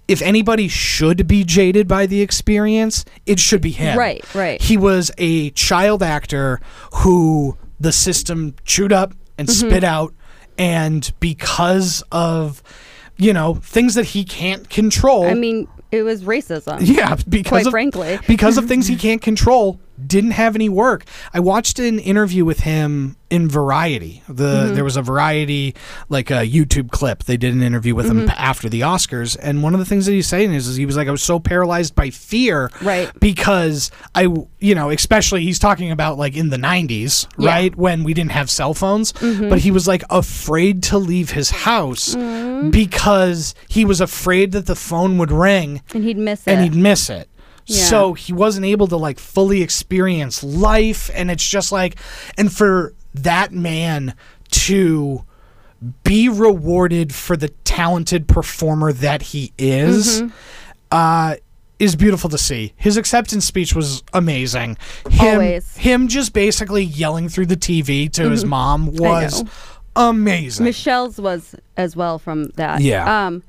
Speaker 1: if anybody should be jaded by the experience, it should be him.
Speaker 2: Right, right.
Speaker 1: He was a child actor who the system chewed up and
Speaker 2: Mm-hmm.
Speaker 1: spit out and because of you know things that he can't control
Speaker 2: I mean, it was racism.
Speaker 1: yeah, because
Speaker 2: Quite
Speaker 1: of,
Speaker 2: frankly.
Speaker 1: because of things he can't control, didn't have any work. I watched an interview with him in Variety. The
Speaker 2: Mm-hmm.
Speaker 1: there was a Variety like a YouTube clip. They did an interview with
Speaker 2: Mm-hmm.
Speaker 1: him p- after the Oscars, and one of the things that he's saying is, is he was like, I was so paralyzed by fear,
Speaker 2: Right.
Speaker 1: Because I, w- you know, especially he's talking about like in the '90s,
Speaker 2: Yeah. Mm-hmm.
Speaker 1: right, when we didn't have cell phones, but he was like afraid to leave his house
Speaker 2: Mm-hmm.
Speaker 1: because he was afraid that the phone would ring
Speaker 2: And he'd miss
Speaker 1: and
Speaker 2: it.
Speaker 1: he'd miss it.
Speaker 2: Yeah.
Speaker 1: So he wasn't able to like fully experience life and it's just like and for that man to be rewarded for the talented performer that he
Speaker 2: Mm-hmm.
Speaker 1: is uh is beautiful to see. His acceptance speech was amazing. Him,
Speaker 2: Always. Mm-hmm.
Speaker 1: him just basically yelling through the TV to his mom was
Speaker 2: know.
Speaker 1: amazing.
Speaker 2: Michelle's was as well from that.
Speaker 1: Yeah.
Speaker 2: Um,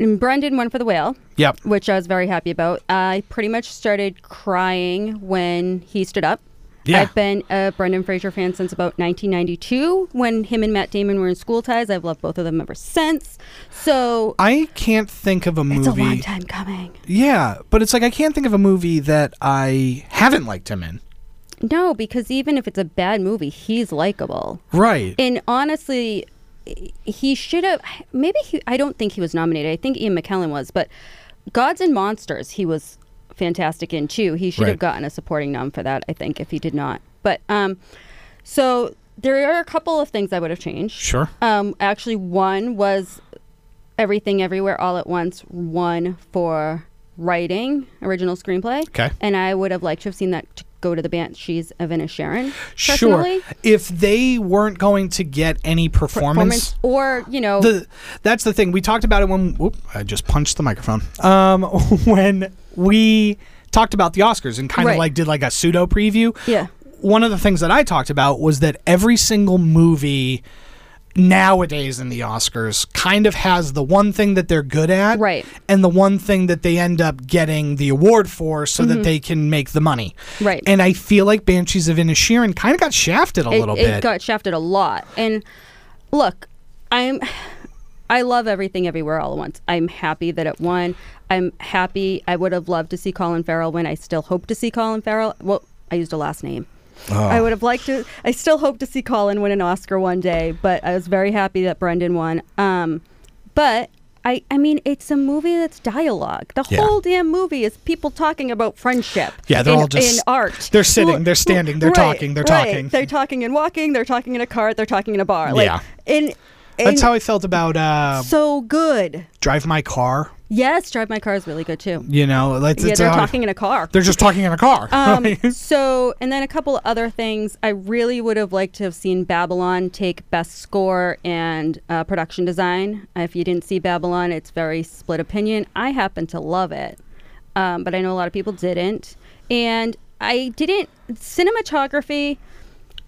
Speaker 2: and Brendan won for the whale,
Speaker 1: yep.
Speaker 2: which I was very happy about. I pretty much started crying when he stood up.
Speaker 1: Yeah.
Speaker 2: I've been a Brendan Fraser fan since about 1992 when him and Matt Damon were in School Ties. I've loved both of them ever since. So
Speaker 1: I can't think of a movie.
Speaker 2: it's a long time coming.
Speaker 1: Yeah, but it's like I can't think of a movie that I haven't liked him in.
Speaker 2: No, because even if it's a bad movie, he's likable.
Speaker 1: Right.
Speaker 2: And honestly, he should have. Maybe he. I don't think he was nominated. I think Ian McKellen was, but Gods and Monsters, he was fantastic in too. He should
Speaker 1: Right.
Speaker 2: have gotten a supporting nom for that. I think if he did not. But um, so there are a couple of things I would have changed.
Speaker 1: Sure.
Speaker 2: Um, actually, one was everything, everywhere, all at once. One for writing original screenplay.
Speaker 1: Okay.
Speaker 2: And I would have liked to have seen that to go to the Banshees of Inisherin.
Speaker 1: Sure.
Speaker 2: personally.
Speaker 1: If they weren't going to get any performance,
Speaker 2: Performance or you know
Speaker 1: the that's the thing. We talked about it when whoop, I just punched the microphone. Um, when we talked about the Oscars and kind of
Speaker 2: Right.
Speaker 1: like did like a pseudo preview.
Speaker 2: Yeah.
Speaker 1: One of the things that I talked about was that every single movie nowadays in the Oscars kind of has the one thing that they're good at
Speaker 2: Right.
Speaker 1: and the one thing that they end up getting the award for so that they can make the money.
Speaker 2: Mm-hmm. Right.
Speaker 1: And I feel like Banshees of Inisherin kind of got shafted a
Speaker 2: it,
Speaker 1: little
Speaker 2: it
Speaker 1: bit.
Speaker 2: got shafted a lot. And look, I'm I love everything everywhere all at once. I'm happy that it won. I'm happy. I would have loved to see Colin Farrell win. I still hope to see Colin Farrell. Well, I used a last name. I
Speaker 1: Oh.
Speaker 2: would have liked to. I still hope to see Colin win an Oscar one day, but I was very happy that Brendan won. Um, but I, I mean, it's a movie that's dialogue. The
Speaker 1: Yeah.
Speaker 2: whole damn movie is people talking about friendship.
Speaker 1: Yeah, they're
Speaker 2: in,
Speaker 1: all just-
Speaker 2: in art.
Speaker 1: they're sitting, they're standing, they're
Speaker 2: Right,
Speaker 1: talking, they're
Speaker 2: right.
Speaker 1: talking.
Speaker 2: They're talking and walking. They're talking in a cart. They're talking in a bar. Like,
Speaker 1: Yeah.
Speaker 2: and, and
Speaker 1: That's how I felt about uh,
Speaker 2: so good.
Speaker 1: Drive My Car.
Speaker 2: Yes, drive my car is really good too.
Speaker 1: You know, like
Speaker 2: yeah,
Speaker 1: it's
Speaker 2: they're
Speaker 1: how-
Speaker 2: talking in a car.
Speaker 1: They're just talking in a car.
Speaker 2: Um, so, and then a couple other things. I really would have liked to have seen Babylon take best score and uh, production design. Uh, If you didn't see Babylon, it's very split opinion. I happen to love it, um, but I know a lot of people didn't. And I didn't cinematography.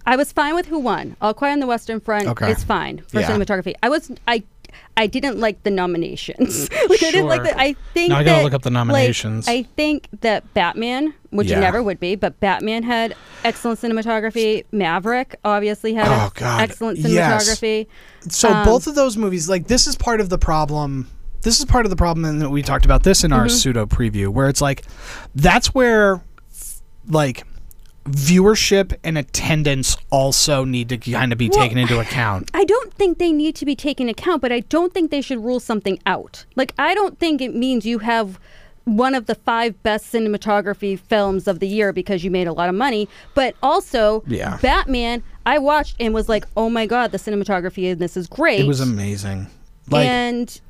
Speaker 2: I was fine with who won. All Quiet on the Western Front
Speaker 1: Okay.
Speaker 2: is fine for
Speaker 1: Yeah.
Speaker 2: cinematography. I was I. I didn't like the nominations. like, I didn't like
Speaker 1: Sure.
Speaker 2: the, I think
Speaker 1: Now I gotta
Speaker 2: that,
Speaker 1: look up the
Speaker 2: like,
Speaker 1: nominations.
Speaker 2: I think that Batman, which
Speaker 1: Yeah.
Speaker 2: it never would be, but Batman had excellent cinematography. Maverick obviously had
Speaker 1: Oh,
Speaker 2: ex-
Speaker 1: God.
Speaker 2: excellent
Speaker 1: Yes.
Speaker 2: cinematography.
Speaker 1: so
Speaker 2: um,
Speaker 1: both of those movies, like this is part of the problem. This is part of the problem, and we talked about this in our
Speaker 2: Mm-hmm.
Speaker 1: pseudo preview, where it's like that's where like viewership and attendance also need to kind of be taken into account.
Speaker 2: I don't think they need to be taken account, but I don't think they should rule something out. Like I don't think it means you have one of the five best cinematography films of the year because you made a lot of money. But also,
Speaker 1: Yeah.
Speaker 2: Batman, I watched and was like, "Oh my god, the cinematography in this is great."
Speaker 1: It was amazing. Like
Speaker 2: and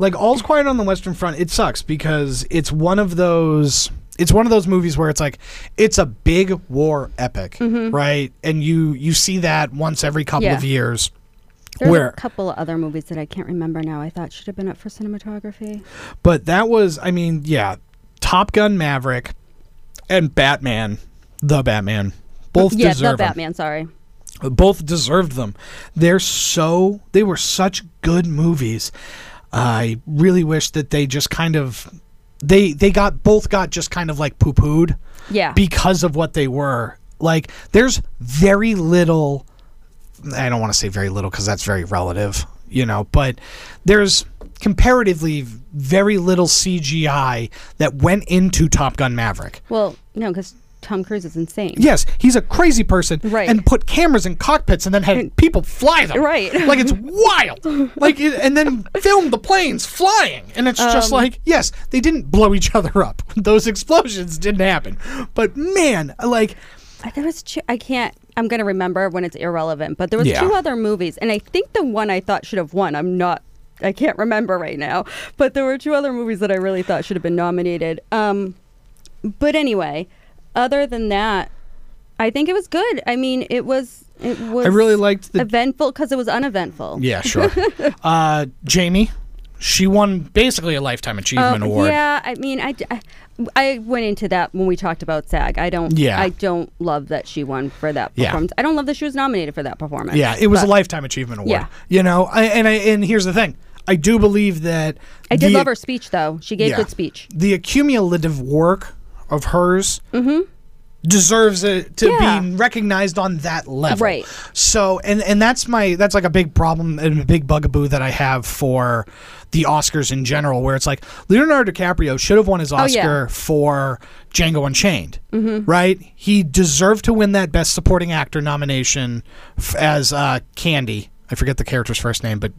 Speaker 1: like All's Quiet on the Western Front, it sucks because it's one of those it's one of those movies where it's like it's a big war epic, right? And you you see that once every couple
Speaker 2: Mm-hmm. Yeah.
Speaker 1: of years.
Speaker 2: There's
Speaker 1: where
Speaker 2: a couple of other movies that I can't remember now. I thought should have been up for cinematography.
Speaker 1: but that was I mean, yeah, Top Gun Maverick and Batman, the Batman. Both
Speaker 2: yeah,
Speaker 1: deserve
Speaker 2: the
Speaker 1: 'em.
Speaker 2: Batman. Sorry.
Speaker 1: both deserved them. They're so they were such good movies. I really wish that they just kind of they they got both got just kind of like poo pooed
Speaker 2: Yeah.
Speaker 1: because of what they were. Like there's very little. I don't want to say very little because that's very relative, you know. But there's comparatively very little CGI that went into Top Gun Maverick.
Speaker 2: well, no, because Tom Cruise is insane.
Speaker 1: Yes, he's a crazy person,
Speaker 2: Right.
Speaker 1: And put cameras in cockpits and then had people fly them,
Speaker 2: Right.
Speaker 1: Like it's wild, like it, and then film the planes flying, and it's just
Speaker 2: Um,
Speaker 1: like yes, they didn't blow each other up. Those explosions didn't happen, but man, like
Speaker 2: I, there was two, I can't. I'm gonna remember when it's irrelevant. But there was
Speaker 1: Yeah.
Speaker 2: two other movies, and I think the one I thought should have won. I'm not. I can't remember right now. But there were two other movies that I really thought should have been nominated. Um, but anyway, other than that, I think it was good. I mean, it was. It was.
Speaker 1: I really liked the
Speaker 2: eventful because it was uneventful.
Speaker 1: Yeah, sure. uh, Jamie, she won basically a lifetime achievement
Speaker 2: Um,
Speaker 1: award.
Speaker 2: Yeah, I mean, I, I, I went into that when we talked about SAG. I don't.
Speaker 1: Yeah.
Speaker 2: I don't love that she won for that
Speaker 1: Yeah.
Speaker 2: performance. I don't love that she was nominated for that performance.
Speaker 1: Yeah, it was
Speaker 2: but
Speaker 1: a lifetime achievement award.
Speaker 2: Yeah.
Speaker 1: You know, I, and I, and here's the thing. I do believe that
Speaker 2: I did
Speaker 1: the-
Speaker 2: love her speech though. She gave
Speaker 1: yeah.
Speaker 2: good speech.
Speaker 1: The accumulative work of hers deserves it to
Speaker 2: Mm-hmm. Yeah.
Speaker 1: be recognized on that level.
Speaker 2: Right.
Speaker 1: So and and that's my that's like a big problem and a big bugaboo that I have for the Oscars in general, where it's like Leonardo DiCaprio should have won his Oscar
Speaker 2: Oh, yeah. Mm-hmm.
Speaker 1: for Django Unchained, right? He deserved to win that Best Supporting Actor nomination f- as uh, Candy. I forget the character's first name, but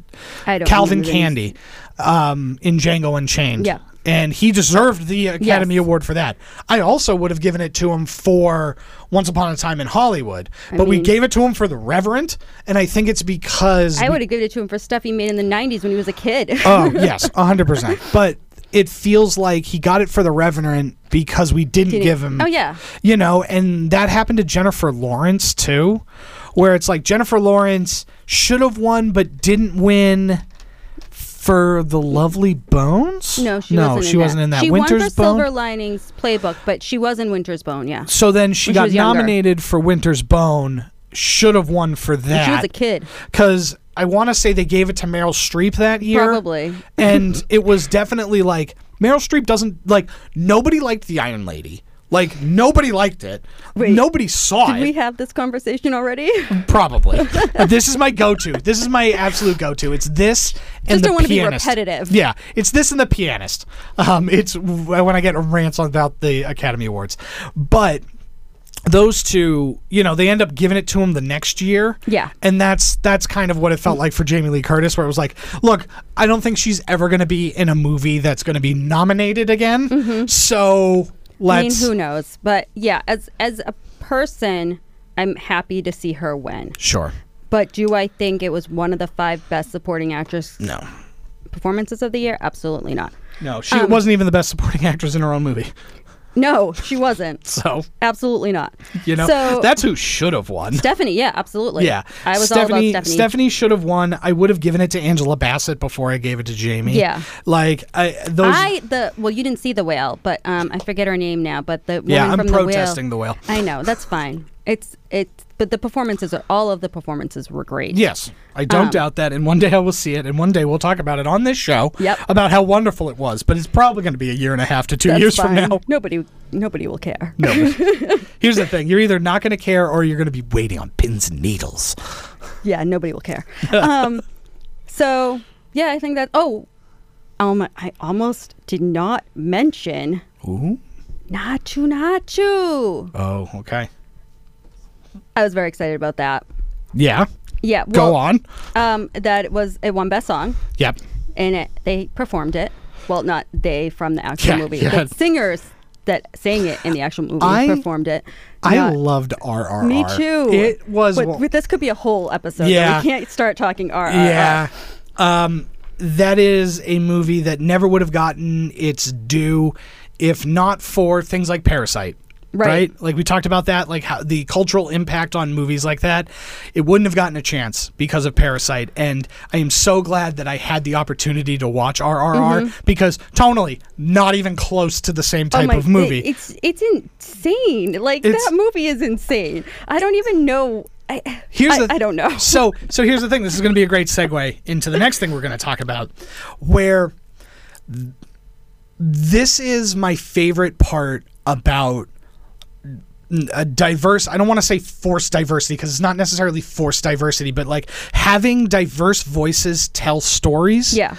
Speaker 2: I don't
Speaker 1: Calvin
Speaker 2: remember these.
Speaker 1: Candy um, in Django Unchained.
Speaker 2: Yeah.
Speaker 1: And he deserved the Academy Award for that. I also would have given it to him for Once Upon a Time in Hollywood, but we
Speaker 2: mean-
Speaker 1: gave it to him for The Reverend, and I think it's because.
Speaker 2: I would have given it to him for stuff he made in the 90s when he was a kid.
Speaker 1: oh, yes, 100%. But it feels like he got it for The Reverend because we didn't,
Speaker 2: Didn't-
Speaker 1: give him.
Speaker 2: Oh, yeah.
Speaker 1: You know, and that happened to Jennifer Lawrence, too, where it's like Jennifer Lawrence should have won, but didn't win for the lovely bones
Speaker 2: No, she
Speaker 1: no
Speaker 2: wasn't.
Speaker 1: she
Speaker 2: in
Speaker 1: wasn't
Speaker 2: that.
Speaker 1: in that
Speaker 2: She
Speaker 1: winter's
Speaker 2: won for
Speaker 1: bone
Speaker 2: Silver Linings Playbook, but she was in Winter's Bone. Yeah,
Speaker 1: so then she
Speaker 2: when she
Speaker 1: got
Speaker 2: was younger.
Speaker 1: nominated for winter's bone should have won for that
Speaker 2: she was a kid.
Speaker 1: because i want to say they gave it to meryl streep that year
Speaker 2: Probably.
Speaker 1: and it was definitely like meryl streep doesn't like nobody liked the iron lady like nobody liked it
Speaker 2: Wait.
Speaker 1: nobody saw it
Speaker 2: Did we have this conversation already?
Speaker 1: Probably. this is my go-to. This is my absolute go-to. It's this and
Speaker 2: Just don't
Speaker 1: the
Speaker 2: wanna be
Speaker 1: pianist.
Speaker 2: repetitive.
Speaker 1: Yeah, it's this and the pianist. Um, it's when I get rants about the Academy Awards, but those two, you know, they end up giving it to him the next year.
Speaker 2: Yeah.
Speaker 1: and that's that's kind of what it felt like for Jamie Lee Curtis, where it was like, look, I don't think she's ever going to be in a movie that's going to be nominated again. So
Speaker 2: Mm-hmm. I
Speaker 1: let's.
Speaker 2: mean, who knows? But yeah, as as a person, I'm happy to see her win.
Speaker 1: Sure.
Speaker 2: But do I think it was one of the five best supporting actress
Speaker 1: No.
Speaker 2: performances of the year? Absolutely not.
Speaker 1: No, she
Speaker 2: Um,
Speaker 1: wasn't even the best supporting actress in her own movie.
Speaker 2: No, she wasn't.
Speaker 1: So
Speaker 2: Absolutely not.
Speaker 1: You know,
Speaker 2: so,
Speaker 1: that's who should have won.
Speaker 2: Stephanie. Yeah, absolutely.
Speaker 1: yeah,
Speaker 2: I was all
Speaker 1: Stephanie.
Speaker 2: about Stephanie.
Speaker 1: should have won. I would have given it to Angela Bassett before I gave it to Jamie.
Speaker 2: Yeah.
Speaker 1: like I those.
Speaker 2: I the well, you didn't see the whale, but um, I forget her name now. But the woman
Speaker 1: yeah, I'm
Speaker 2: from
Speaker 1: protesting
Speaker 2: the
Speaker 1: the whale.
Speaker 2: whale. I know that's fine. It's it's but the performances are all of the performances were great.
Speaker 1: Yes, I don't
Speaker 2: Um,
Speaker 1: doubt that. And one day I will see it, and one day we'll talk about it on this show.
Speaker 2: Yep.
Speaker 1: About how wonderful it was, but it's probably going to be a year and a half to two
Speaker 2: That's
Speaker 1: years
Speaker 2: fine.
Speaker 1: from now.
Speaker 2: Nobody nobody will care.
Speaker 1: No. Here's the thing: you're either not going to care, or you're going to be waiting on pins and needles.
Speaker 2: yeah, nobody will care. um, so yeah, I think that. Oh, um, I almost did not mention
Speaker 1: Ooh.
Speaker 2: Nachu Nachu.
Speaker 1: Oh, okay.
Speaker 2: I was very excited about that.
Speaker 1: Yeah.
Speaker 2: Yeah, well,
Speaker 1: Go on.
Speaker 2: Um, that it was it won best song,
Speaker 1: Yep.
Speaker 2: and it, they performed it. Well, not they from the actual
Speaker 1: Yeah,
Speaker 2: movie.
Speaker 1: yeah.
Speaker 2: The singers that sang it in the actual movie
Speaker 1: I-
Speaker 2: performed it.
Speaker 1: I
Speaker 2: Not-
Speaker 1: loved RRR.
Speaker 2: me too.
Speaker 1: It was
Speaker 2: But,
Speaker 1: one-
Speaker 2: but this could be a whole episode. though.
Speaker 1: Yeah.
Speaker 2: we can't start talking R. R, R.
Speaker 1: Yeah. Um, that is a movie that never would have gotten its due if not for things like Parasite.
Speaker 2: Right.
Speaker 1: Like we talked about that, like how the cultural impact on movies like that, it wouldn't have gotten a chance because of Parasite. And I am so glad that I had the opportunity to watch RRR because tonally, not even close to the same type
Speaker 2: Mm-hmm. Oh my-
Speaker 1: of movie.
Speaker 2: it- it's it's insane. Like
Speaker 1: It's-
Speaker 2: that movie is insane. I don't even know. I,
Speaker 1: Here's
Speaker 2: I,
Speaker 1: the
Speaker 2: I don't know.
Speaker 1: So so here's the thing. This is going to be a great segue into the next thing we're going to talk about, where th- this is my favorite part about n- a diverse i don't want to say forced diversity because it's not necessarily forced diversity but like having diverse voices tell stories
Speaker 2: Yeah.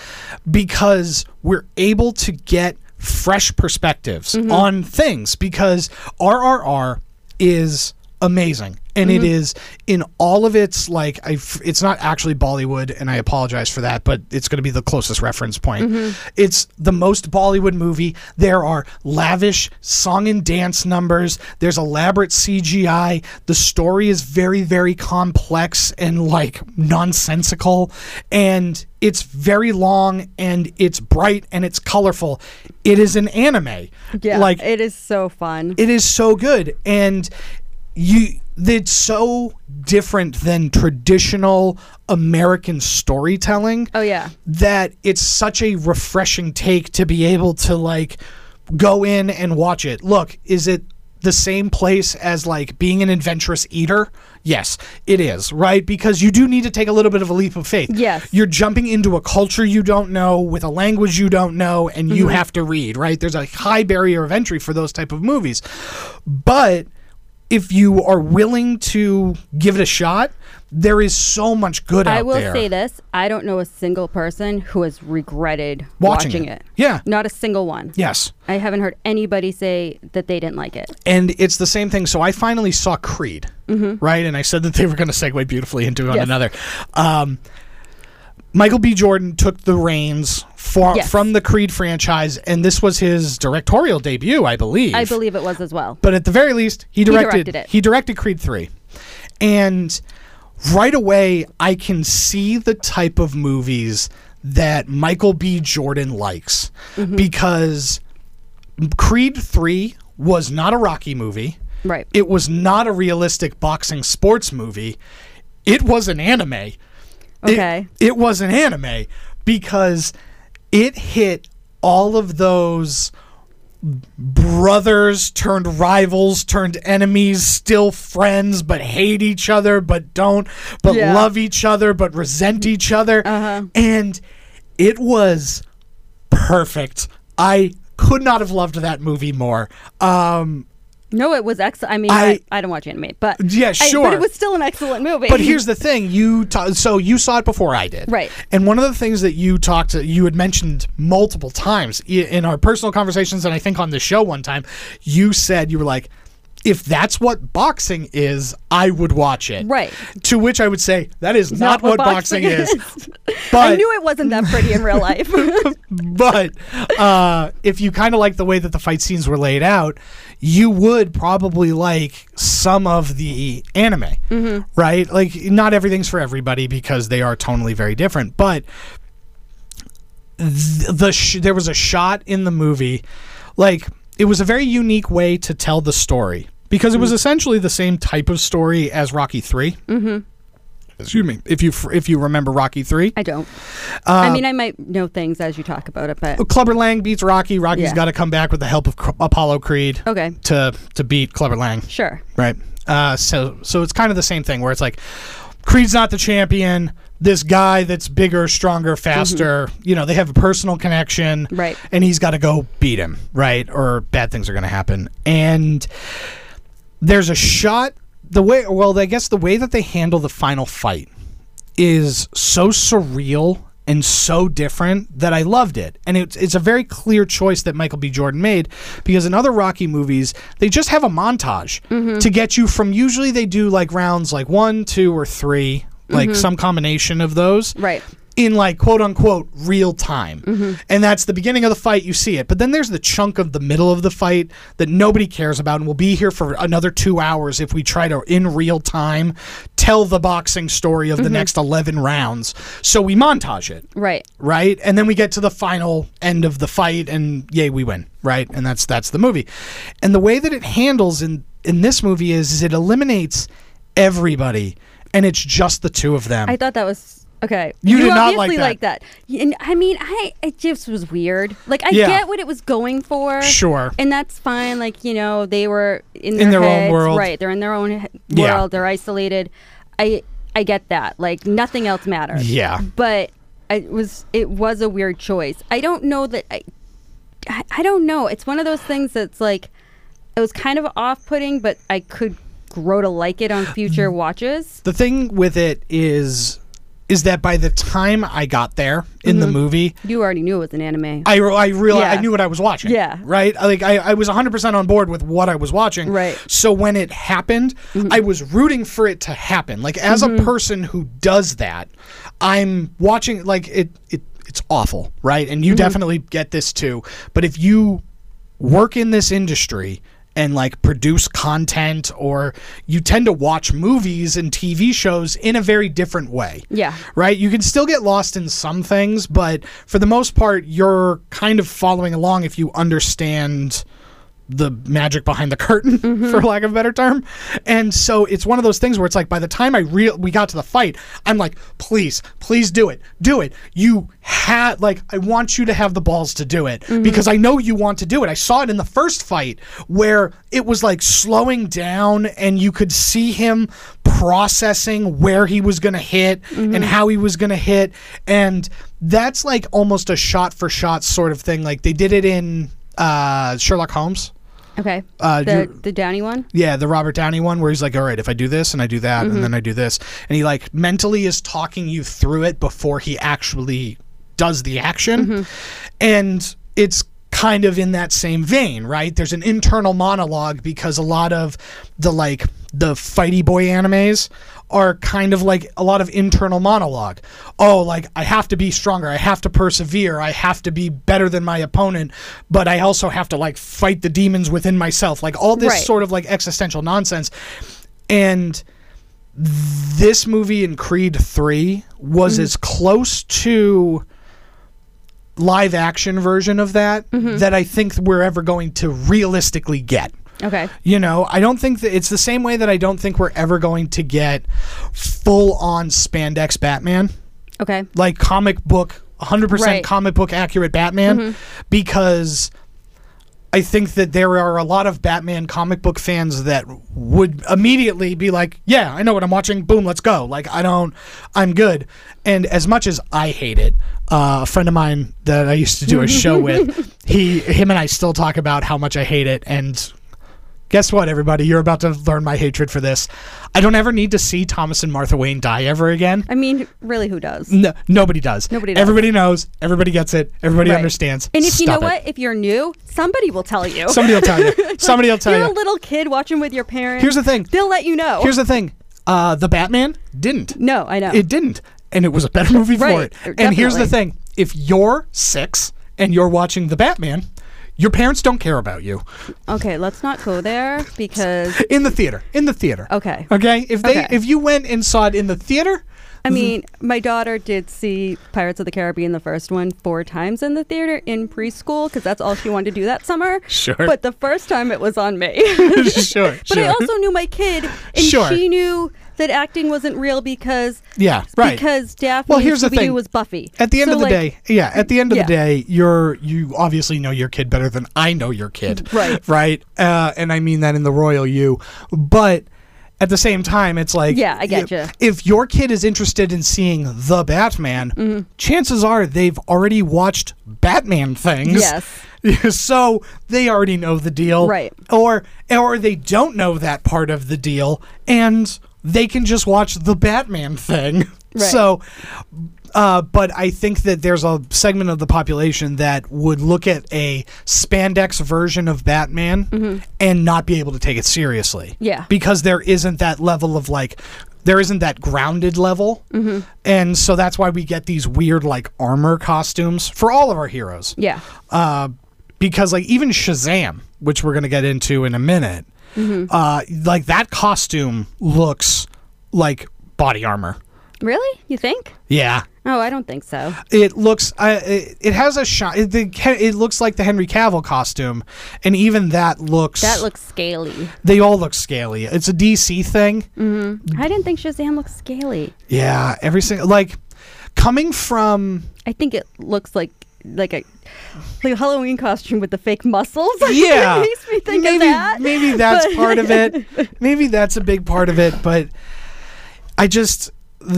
Speaker 1: because we're able to get fresh perspectives on things because RRR is amazing and it is in all of its like I f- it's not actually Bollywood and I apologize for that but it's going to be the closest reference point. It's the most Bollywood movie. There are lavish song and dance numbers. There's elaborate CGI. The story is very very complex and like nonsensical and it's very long and it's bright and it's colorful. It is an anime.
Speaker 2: Yeah,
Speaker 1: Like
Speaker 2: it is so fun.
Speaker 1: it is so good and you it's so different than traditional American storytelling
Speaker 2: oh yeah,
Speaker 1: that it's such a refreshing take to be able to like go in and watch it. Look, is it the same place as like being an adventurous eater? Yes, it is, right? Because you do need to take a little bit of a leap of faith.
Speaker 2: Yes.
Speaker 1: You're jumping into a culture you don't know with a language you don't know
Speaker 2: Mm-hmm.
Speaker 1: and you have to read, right? There's a high barrier of entry for those type of movies. But if you are willing to give it a shot, there is so much good
Speaker 2: I
Speaker 1: out
Speaker 2: will
Speaker 1: there.
Speaker 2: say this: I don't know a single person who has regretted
Speaker 1: Watching
Speaker 2: watching,
Speaker 1: it.
Speaker 2: it.
Speaker 1: Yeah.
Speaker 2: not a single one.
Speaker 1: Yes.
Speaker 2: I haven't heard anybody say that they didn't like it.
Speaker 1: and it's the same thing. So I finally saw Creed, right? And I said that they were going to segue beautifully into one
Speaker 2: Yes.
Speaker 1: another. Um, Michael B. Jordan took the reins for,
Speaker 2: Yes.
Speaker 1: from the Creed franchise, and this was his directorial debut, I believe.
Speaker 2: I believe it was as well.
Speaker 1: But at the very least, he directed.
Speaker 2: directed it.
Speaker 1: he directed Creed three, and right away, I can see the type of movies that Michael B. Jordan likes
Speaker 2: Mm-hmm.
Speaker 1: because Creed three was not a Rocky movie.
Speaker 2: Right.
Speaker 1: It was not a realistic boxing sports movie. It was an anime. It-
Speaker 2: Okay.
Speaker 1: It, was an anime because it hit all of those brothers turned rivals turned enemies still friends but hate each other but don't but
Speaker 2: Yeah. Uh-huh.
Speaker 1: love each other but resent each other and it was perfect i could not have loved that movie more um
Speaker 2: No, it was excellent. I mean,
Speaker 1: I-
Speaker 2: I, I, don't watch anime, but
Speaker 1: Yeah,
Speaker 2: I-
Speaker 1: sure.
Speaker 2: but it was still an excellent movie.
Speaker 1: But here's the thing: you ta so you saw it before I did,
Speaker 2: Right.
Speaker 1: And one of the things that you talked, you had mentioned multiple times i- in our personal conversations, and I think on the show one time, you said you were like, "If that's what boxing is, I would watch it."
Speaker 2: Right.
Speaker 1: To which I would say, "That is not, what, boxing, is."
Speaker 2: I
Speaker 1: But
Speaker 2: knew it wasn't that pretty in real life.
Speaker 1: but uh, if you kind of like the way that the fight scenes were laid out, you would probably like some of the anime, right? Like, not everything's for everybody because they are tonally very different. But th- the sh- there was a shot in the movie, like it was a very unique way to tell the story because it was essentially the same type of story as Rocky 3 Mm-hmm. Excuse me, if you f- if you remember Rocky Three,
Speaker 2: I don't.
Speaker 1: Uh,
Speaker 2: I mean, I might know things as you talk about it, but
Speaker 1: Clubber Lang beats Rocky. Rocky's
Speaker 2: Yeah.
Speaker 1: got to come back with the help of C- Apollo Creed
Speaker 2: okay,
Speaker 1: to to beat Clubber Lang,
Speaker 2: sure.
Speaker 1: right? Uh, so so it's kind of the same thing where it's like Creed's not the champion. This guy that's bigger, stronger, faster, you know, they have a personal connection,
Speaker 2: Mm-hmm. Right.
Speaker 1: And he's got to go beat him, right? Or bad things are going to happen. And there's a shot. The way, well, I guess the way that they handle the final fight is so surreal and so different that I loved it. And it's, it's a very clear choice that Michael B. Jordan made because in other Rocky movies, they just have a montage to get you from usually they do like rounds like one, two, or three, like some combination of those
Speaker 2: Right.
Speaker 1: in like quote unquote real time. And that's the beginning of the fight, you see it. But then there's the chunk of the middle of the fight that nobody cares about and will be here for another two hours if we try to, in real time, tell the boxing story of the next 11 rounds. So we montage it
Speaker 2: Right.
Speaker 1: right? And then we get to the final end of the fight, and yay, we win, right? And that's that's the movie. And the way that it handles in in this movie is, is it eliminates everybody, and it's just the two of them.
Speaker 2: I thought that was okay.
Speaker 1: You did not
Speaker 2: obviously
Speaker 1: like
Speaker 2: like that. And I mean, I it just was weird. Like I
Speaker 1: Yeah.
Speaker 2: get what it was going for.
Speaker 1: Sure.
Speaker 2: And that's fine. Like you know, they were in their,
Speaker 1: In their own
Speaker 2: heads,
Speaker 1: world.
Speaker 2: Right. They're in their own he-
Speaker 1: Yeah.
Speaker 2: world. They're isolated. I I get that. Like nothing else matters.
Speaker 1: Yeah.
Speaker 2: But it was it was a weird choice. I don't know that I I, I don't know. It's one of those things that's like it was kind of off-putting, but I could grow to like it on
Speaker 1: Mm.
Speaker 2: future watches.
Speaker 1: the thing with it is, is that by the time I got there in the movie,
Speaker 2: You already knew it was an anime.
Speaker 1: I, re- I realized I
Speaker 2: Yeah.
Speaker 1: knew what I was watching.
Speaker 2: Yeah.
Speaker 1: Right? Like, I, I was 100% on board with what I was watching.
Speaker 2: Right. Mm-hmm.
Speaker 1: So when it happened, I was rooting for it to happen. Like, as a person who does that, I'm watching, like, it, it it's awful, right? And
Speaker 2: Mm-hmm.
Speaker 1: you definitely get this too. But if you work in this industry and like produce content or you tend to watch movies and TV shows in a very different way
Speaker 2: Yeah.
Speaker 1: right? You can still get lost in some things, but for the most part, you're kind of following along if you understand the magic behind the curtain, for lack of a better term. And so it's one of those things where it's like by the time I real we got to the fight, I'm like, please, please do it, do it. You had like I want you to have the balls to do it because I know you want to do it. I saw it in the first fight where it was like slowing down and you could see him processing where he was going to hit and how he was going to hit and that's like almost a shot for shot sort of thing like they did it in uh, Sherlock Holmes
Speaker 2: Okay.
Speaker 1: Uh,
Speaker 2: the
Speaker 1: you-
Speaker 2: the Downey one.
Speaker 1: Yeah, the Robert Downey one where he's like, all right, if I do this and I do that and then I do this. And he like mentally is talking you through it before he actually does the action. And it's kind of in that same vein, right? There's an internal monologue because a lot of the like the fighty boy animes are kind of like a lot of internal monologue. Oh, like I have to be stronger, I have to persevere, I have to be better than my opponent, but I also have to like fight the demons within myself. Like all this
Speaker 2: Right.
Speaker 1: sort of like existential nonsense. And this movie in Creed 3 was as close to live action version of that that I think we're ever going to realistically get.
Speaker 2: Okay.
Speaker 1: You know, I don't think that it's the same way that I don't think we're ever going to get full on spandex Batman,
Speaker 2: Okay.
Speaker 1: like comic book, 100%
Speaker 2: Right.
Speaker 1: comic book accurate Batman, because I think that there are a lot of Batman comic book fans that would immediately be like, yeah, I know what I'm watching. Boom, let's go. Like, I don't, I'm good. And as much as I hate it, uh, a friend of mine that I used to do a show with, he, him and I still talk about how much I hate it. And guess what, everybody? You're about to learn my hatred for this. I don't ever need to see Thomas and Martha Wayne die ever again.
Speaker 2: I mean, really, who does?
Speaker 1: No, nobody does.
Speaker 2: Nobody does.
Speaker 1: Everybody knows. Everybody gets it. Everybody
Speaker 2: Right.
Speaker 1: understands.
Speaker 2: And if you know
Speaker 1: Stop it.
Speaker 2: what, if you're new, somebody will tell you.
Speaker 1: somebody will tell you. Somebody will tell
Speaker 2: you're
Speaker 1: you.
Speaker 2: a little kid watching with your parents.
Speaker 1: Here's the thing.
Speaker 2: They'll let you know.
Speaker 1: Here's the thing. Uh, the Batman didn't.
Speaker 2: no, I know.
Speaker 1: It didn't, and it was a better movie for
Speaker 2: Right,
Speaker 1: it. And here's the
Speaker 2: definitely.
Speaker 1: thing: if you're six and you're watching the Batman, your parents don't care about you
Speaker 2: okay, let's not go there because
Speaker 1: in the theater. In the theater.
Speaker 2: Okay.
Speaker 1: Okay. If they
Speaker 2: Okay.
Speaker 1: if you went and saw it in the theater,
Speaker 2: I mean, my daughter did see Pirates of the Caribbean, the first one, four times in the theater in preschool because that's all she wanted to do that summer.
Speaker 1: Sure.
Speaker 2: But the first time it was on me.
Speaker 1: sure.
Speaker 2: But
Speaker 1: sure.
Speaker 2: I also knew my kid, and
Speaker 1: Sure.
Speaker 2: she knew that acting wasn't real because
Speaker 1: Yeah, right.
Speaker 2: because Daphne
Speaker 1: Well, here's the
Speaker 2: Scooby-Doo
Speaker 1: thing.
Speaker 2: was Buffy.
Speaker 1: At the end
Speaker 2: So,
Speaker 1: of the
Speaker 2: like,
Speaker 1: day, yeah. At the end of
Speaker 2: Yeah.
Speaker 1: the day, you're you obviously know your kid better than I know your kid,
Speaker 2: Right.
Speaker 1: Right. Uh, and I mean that in the royal you, but at the same time, it's like
Speaker 2: Yeah, I getcha.
Speaker 1: If your kid is interested in seeing the Batman,
Speaker 2: Mm-hmm.
Speaker 1: chances are they've already watched Batman things.
Speaker 2: Yes.
Speaker 1: so they already know the deal,
Speaker 2: Right.
Speaker 1: Or or they don't know that part of the deal, and they can just watch the Batman thing.
Speaker 2: Right.
Speaker 1: So, uh, but I think that there's a segment of the population that would look at a spandex version of Batman and not be able to take it seriously.
Speaker 2: Mm-hmm. Yeah.
Speaker 1: Because there isn't that level of like, there isn't that grounded level.
Speaker 2: Mm-hmm.
Speaker 1: And so that's why we get these weird like armor costumes for all of our heroes
Speaker 2: yeah,
Speaker 1: uh, because like even Shazam, which we're gonna get into in a minute,
Speaker 2: Mm-hmm.
Speaker 1: uh, like that costume looks like body armor.
Speaker 2: really, you think?
Speaker 1: Yeah,
Speaker 2: Oh, I don't think so.
Speaker 1: it looks. Uh, it, it has a shot. It, the Ken- it looks like the Henry Cavill costume, and even that looks.
Speaker 2: That looks scaly.
Speaker 1: They all look scaly. It's a DC thing.
Speaker 2: I didn't think Shazam looked scaly.
Speaker 1: Yeah, every single like coming from.
Speaker 2: I think it looks like like a like a Halloween costume with the fake muscles.
Speaker 1: Yeah,
Speaker 2: it makes me think
Speaker 1: maybe
Speaker 2: of that.
Speaker 1: maybe that's
Speaker 2: But-
Speaker 1: part of it. Maybe that's a big part of it. But I just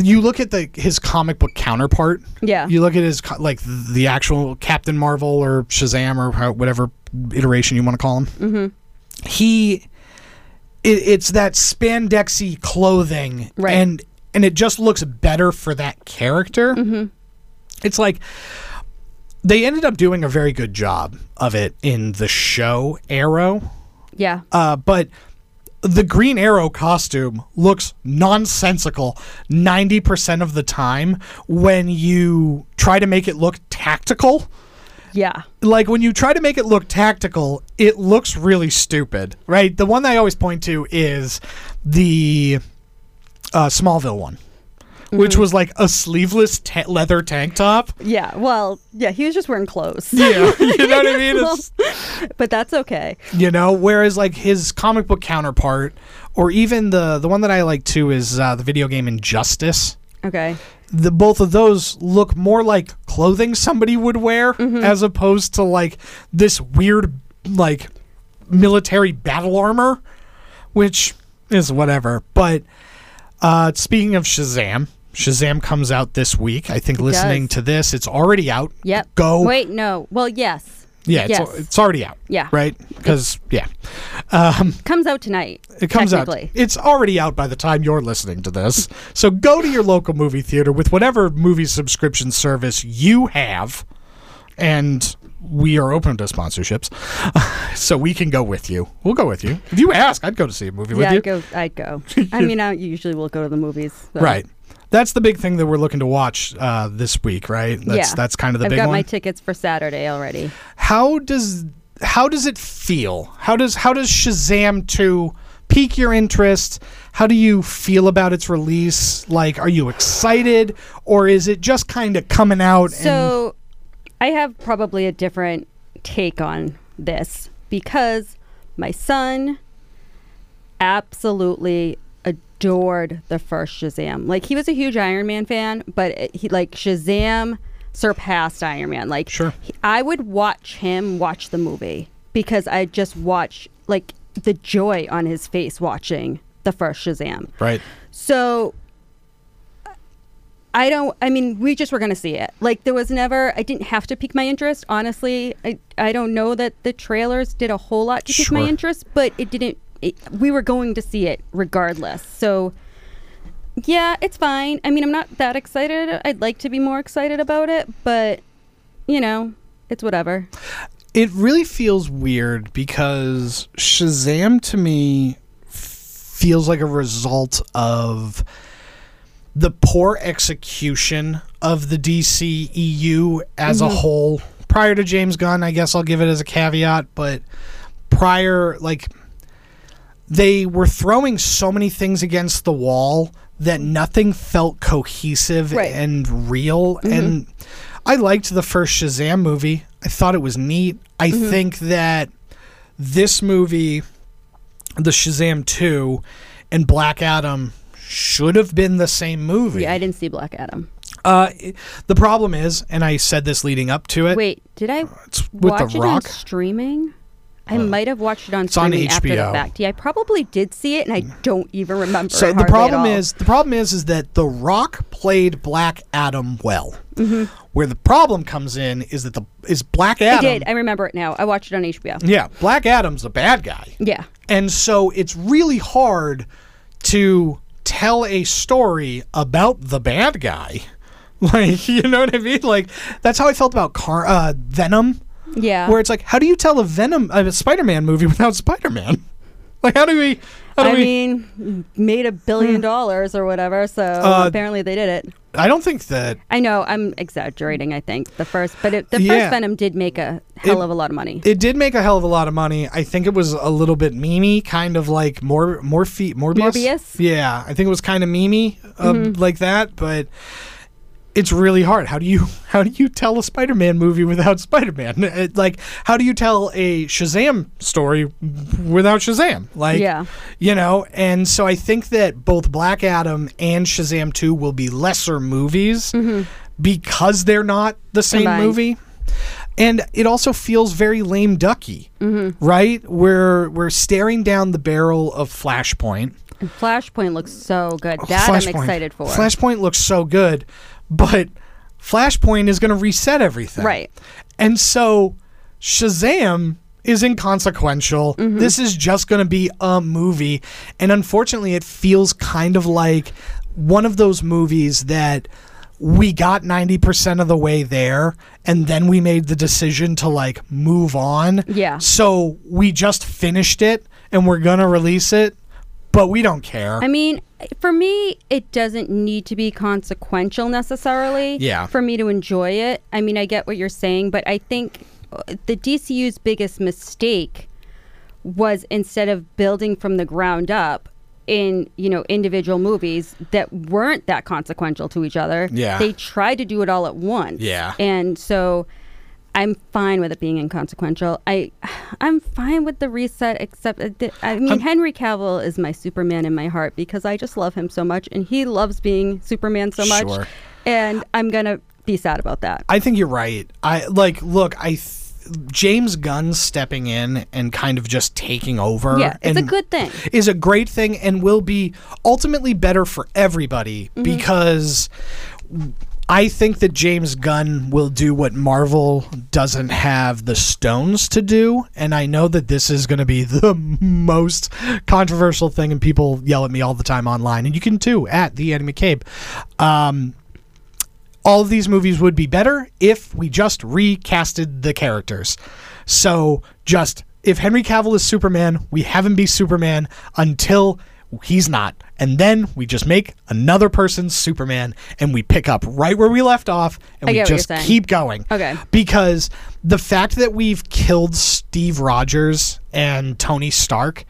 Speaker 1: you look at the his comic book counterpart.
Speaker 2: Yeah.
Speaker 1: you look at his co- like the actual Captain Marvel or Shazam or how, whatever iteration you want to call him. Mm-hmm. He it, it's that spandexy clothing,
Speaker 2: Right.
Speaker 1: and and it just looks better for that character.
Speaker 2: Mm-hmm.
Speaker 1: It's like they ended up doing a very good job of it in the show Arrow,
Speaker 2: Yeah,
Speaker 1: uh, but the Green Arrow costume looks nonsensical 90% of the time when you try to make it look tactical.
Speaker 2: yeah,
Speaker 1: Like when you try to make it look tactical, it looks really stupid, right? The one that I always point to is the uh, Smallville one, which was like a sleeveless ta- leather tank top.
Speaker 2: yeah. Well, yeah, he was just wearing clothes.
Speaker 1: Yeah, you know what I mean? It's-
Speaker 2: but that's okay.
Speaker 1: you know whereas like his comic book counterpart or even the the one that i like too is uh, the video game injustice
Speaker 2: Okay.
Speaker 1: the both of those look more like clothing somebody would wear
Speaker 2: Mm-hmm.
Speaker 1: as opposed to like this weird like military battle armor which is whatever but uh speaking of shazam shazam comes out this week i think listening
Speaker 2: does.
Speaker 1: to this it's already out
Speaker 2: Yep.
Speaker 1: go
Speaker 2: Wait, no. Well, yes.
Speaker 1: Yeah, it's,
Speaker 2: Yes.
Speaker 1: it's already out.
Speaker 2: Yeah.
Speaker 1: Right? Because, yeah.
Speaker 2: Comes out tonight.
Speaker 1: It comes out.
Speaker 2: technically.
Speaker 1: It's already out by the time you're listening to this. So go to your local movie theater with whatever movie subscription service you have. And we are open to sponsorships. so we can go with you. We'll go with you. If you ask, I'd go to see a movie with
Speaker 2: Yeah,
Speaker 1: you.
Speaker 2: I'd go. I'd go. I mean, I usually will go to the movies. so-
Speaker 1: Right. That's the big thing that we're looking to watch uh, this week, right? That's
Speaker 2: yeah.
Speaker 1: that's kind of the
Speaker 2: I've
Speaker 1: big
Speaker 2: got
Speaker 1: one.
Speaker 2: my tickets for Saturday already.
Speaker 1: how does how does it feel? How does how does Shazam 2 pique your interest? How do you feel about its release? Like are you excited or is it just kind of coming out and
Speaker 2: So I have probably a different take on this because my son absolutely adored the first Shazam. Like he was a huge Iron Man fan, but it- he like Shazam surpassed Iron Man. Like
Speaker 1: Sure.
Speaker 2: he- I would watch him watch the movie because I just watch like the joy on his face watching the first Shazam.
Speaker 1: right?
Speaker 2: So I don't I mean we just were going to see it. Like there was never I didn't have to pique my interest honestly. I I don't know that the trailers did a whole lot to pique my
Speaker 1: Sure.
Speaker 2: interest, but it didn't it, we were going to see it regardless. So yeah, it's fine. I mean, I'm not that excited. I'd like to be more excited about it, but you know, it's whatever.
Speaker 1: It really feels weird because Shazam to me feels like a result of the poor execution of the DC EU as a whole. Prior to James Gunn, I guess I'll give it as a caveat, but prior like they were throwing so many things against the wall that nothing felt cohesive
Speaker 2: Right.
Speaker 1: and real and I liked the first Shazam movie. I thought it was neat. I think that this movie the Shazam 2 and Black Adam should have been the same movie.
Speaker 2: Yeah, I didn't see Black Adam.
Speaker 1: uh, it- the problem is, and I said this leading up to it.
Speaker 2: Wait, did I
Speaker 1: Uh, it's with
Speaker 2: watch
Speaker 1: The
Speaker 2: it on
Speaker 1: Rock. Uh,
Speaker 2: streaming? I might have watched it on
Speaker 1: on
Speaker 2: streaming after the
Speaker 1: HBO.
Speaker 2: fact. Yeah, I probably did see it, and I don't even remember.
Speaker 1: Mm. So
Speaker 2: it
Speaker 1: the
Speaker 2: hardly at
Speaker 1: problem
Speaker 2: all.
Speaker 1: is, the problem is, is that The Rock played Black Adam well.
Speaker 2: Mm-hmm.
Speaker 1: Where the problem comes in is that the is Black
Speaker 2: I
Speaker 1: Adam. Mm.
Speaker 2: did. I remember it now. I watched it on HBO.
Speaker 1: Yeah, Black Adam's the bad guy.
Speaker 2: Yeah,
Speaker 1: And so it's really hard to tell a story about the bad guy. Like, you know what I mean? Like, that's how I felt about Car- uh, Venom,
Speaker 2: yeah.
Speaker 1: where it's like, how do you tell a Venom, a Spider Man movie without Spider Man? Like, how do we. How do
Speaker 2: I
Speaker 1: we,
Speaker 2: mean, made a billion
Speaker 1: Mm.
Speaker 2: dollars or whatever. So
Speaker 1: Uh,
Speaker 2: apparently they did it.
Speaker 1: I don't think that.
Speaker 2: I know I'm exaggerating. I think the first, but it, the
Speaker 1: Yeah.
Speaker 2: first Venom did make a hell
Speaker 1: It-
Speaker 2: of a lot of money.
Speaker 1: It did make a hell of a lot of money. I think it was a little bit memey, kind of like more Morphe, Morbius.
Speaker 2: Morbius? Mm-hmm.
Speaker 1: Yeah, I think it was kind of memey, um, like that. But it's really hard. How do you how do you tell a Spider-Man movie without Spider-Man? It- like, how do you tell a Shazam story without Shazam? Like,
Speaker 2: Yeah.
Speaker 1: you know. And so I think that both Black Adam and Shazam Two will be lesser movies
Speaker 2: Mm-hmm.
Speaker 1: because they're not the same
Speaker 2: Combined.
Speaker 1: movie. And it also feels very lame ducky, right? We're we're staring down the barrel of Flashpoint.
Speaker 2: And Flashpoint looks so good.
Speaker 1: Oh,
Speaker 2: That I'm excited for.
Speaker 1: Flashpoint looks so good, but Flashpoint is going to reset everything.
Speaker 2: Right.
Speaker 1: And so Shazam is inconsequential.
Speaker 2: Mm-hmm.
Speaker 1: This is just going to be a movie. And unfortunately, it feels kind of like one of those movies that we got 90% of the way there and then we made the decision to like move on.
Speaker 2: Yeah.
Speaker 1: So we just finished it and we're going to release it, but we don't care.
Speaker 2: I mean, for me, it doesn't need to be consequential necessarily.
Speaker 1: Yeah.
Speaker 2: For me to enjoy it, I mean, I get what you're saying, but I think uh, the DCU's biggest mistake was instead of building from the ground up in you know individual movies that weren't that consequential to each other.
Speaker 1: Yeah.
Speaker 2: They tried to do it all at once.
Speaker 1: Yeah.
Speaker 2: And so. I'm fine with it being inconsequential. I, I'm fine with the reset, except it di- I mean, Henry Cavill is my Superman in my heart because I just love him so much, and he loves being Superman so much.
Speaker 1: Sure.
Speaker 2: And I'm gonna be sad about that.
Speaker 1: I think you're right. I like look, I th- James Gunn stepping in and kind of just taking over.
Speaker 2: Yeah, it's a
Speaker 1: and-
Speaker 2: good thing.
Speaker 1: Is a great thing
Speaker 2: Mm-hmm.
Speaker 1: and will be ultimately better for everybody because I think that James Gunn will do what Marvel doesn't have the stones to do, and I know that this is going to be the most controversial thing, and people yell at me all the time online, and you can too at the Andy McCabe. Um, all of these movies would be better if we just recasted the characters. So just if Henry Cavill is Superman, we have him be Superman until he's not. And then we just make another person Superman and we pick up right where we left off and we
Speaker 2: I get what you're
Speaker 1: just
Speaker 2: saying.
Speaker 1: keep going.
Speaker 2: Okay.
Speaker 1: Because the fact that we've killed Steve Rogers and Tony Stark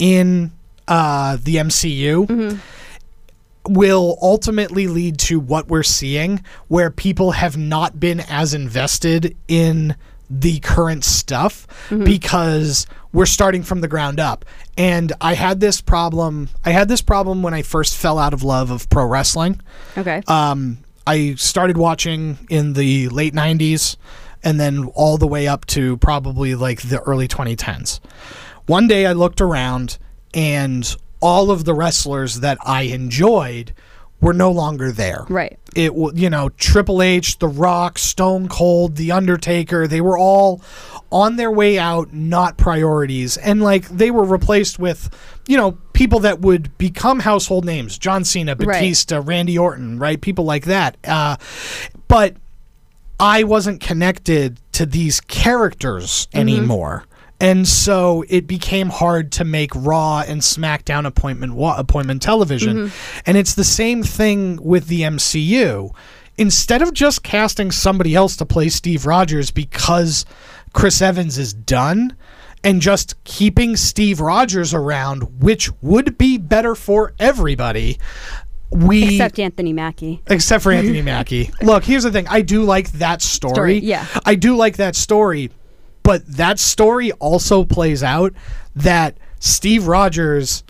Speaker 1: in uh, the MCU will ultimately lead to what we're seeing, where people have not been as invested in the current stuff because we're starting from the ground up. And I had this problem. I had this problem when I first fell out of love of pro wrestling.
Speaker 2: Okay.
Speaker 1: Um, I started watching in the late 90s and then all the way up to probably like the early 2010s. One day I looked around and all of the wrestlers that I enjoyed were no longer there.
Speaker 2: Right.
Speaker 1: It wa- you know Triple H, The Rock, Stone Cold, The Undertaker, they were all on their way out, not priorities. And like they were replaced with, you know, people that would become household names, John Cena,
Speaker 2: Right.
Speaker 1: Batista, Randy Orton, right? People like that. Uh, but I wasn't connected to these characters anymore. And so it became hard to make Raw and SmackDown appointment wa- appointment television. And it's the same thing with the MCU. Instead of just casting somebody else to play Steve Rogers because Chris Evans is done and just keeping Steve Rogers around, which would be better for everybody, we
Speaker 2: Except Anthony Mackie.
Speaker 1: except for Anthony Mackie. Look, here's the thing. I do like that story.
Speaker 2: Story, yeah.
Speaker 1: I do like that story, but that story also plays out that Steve Rogers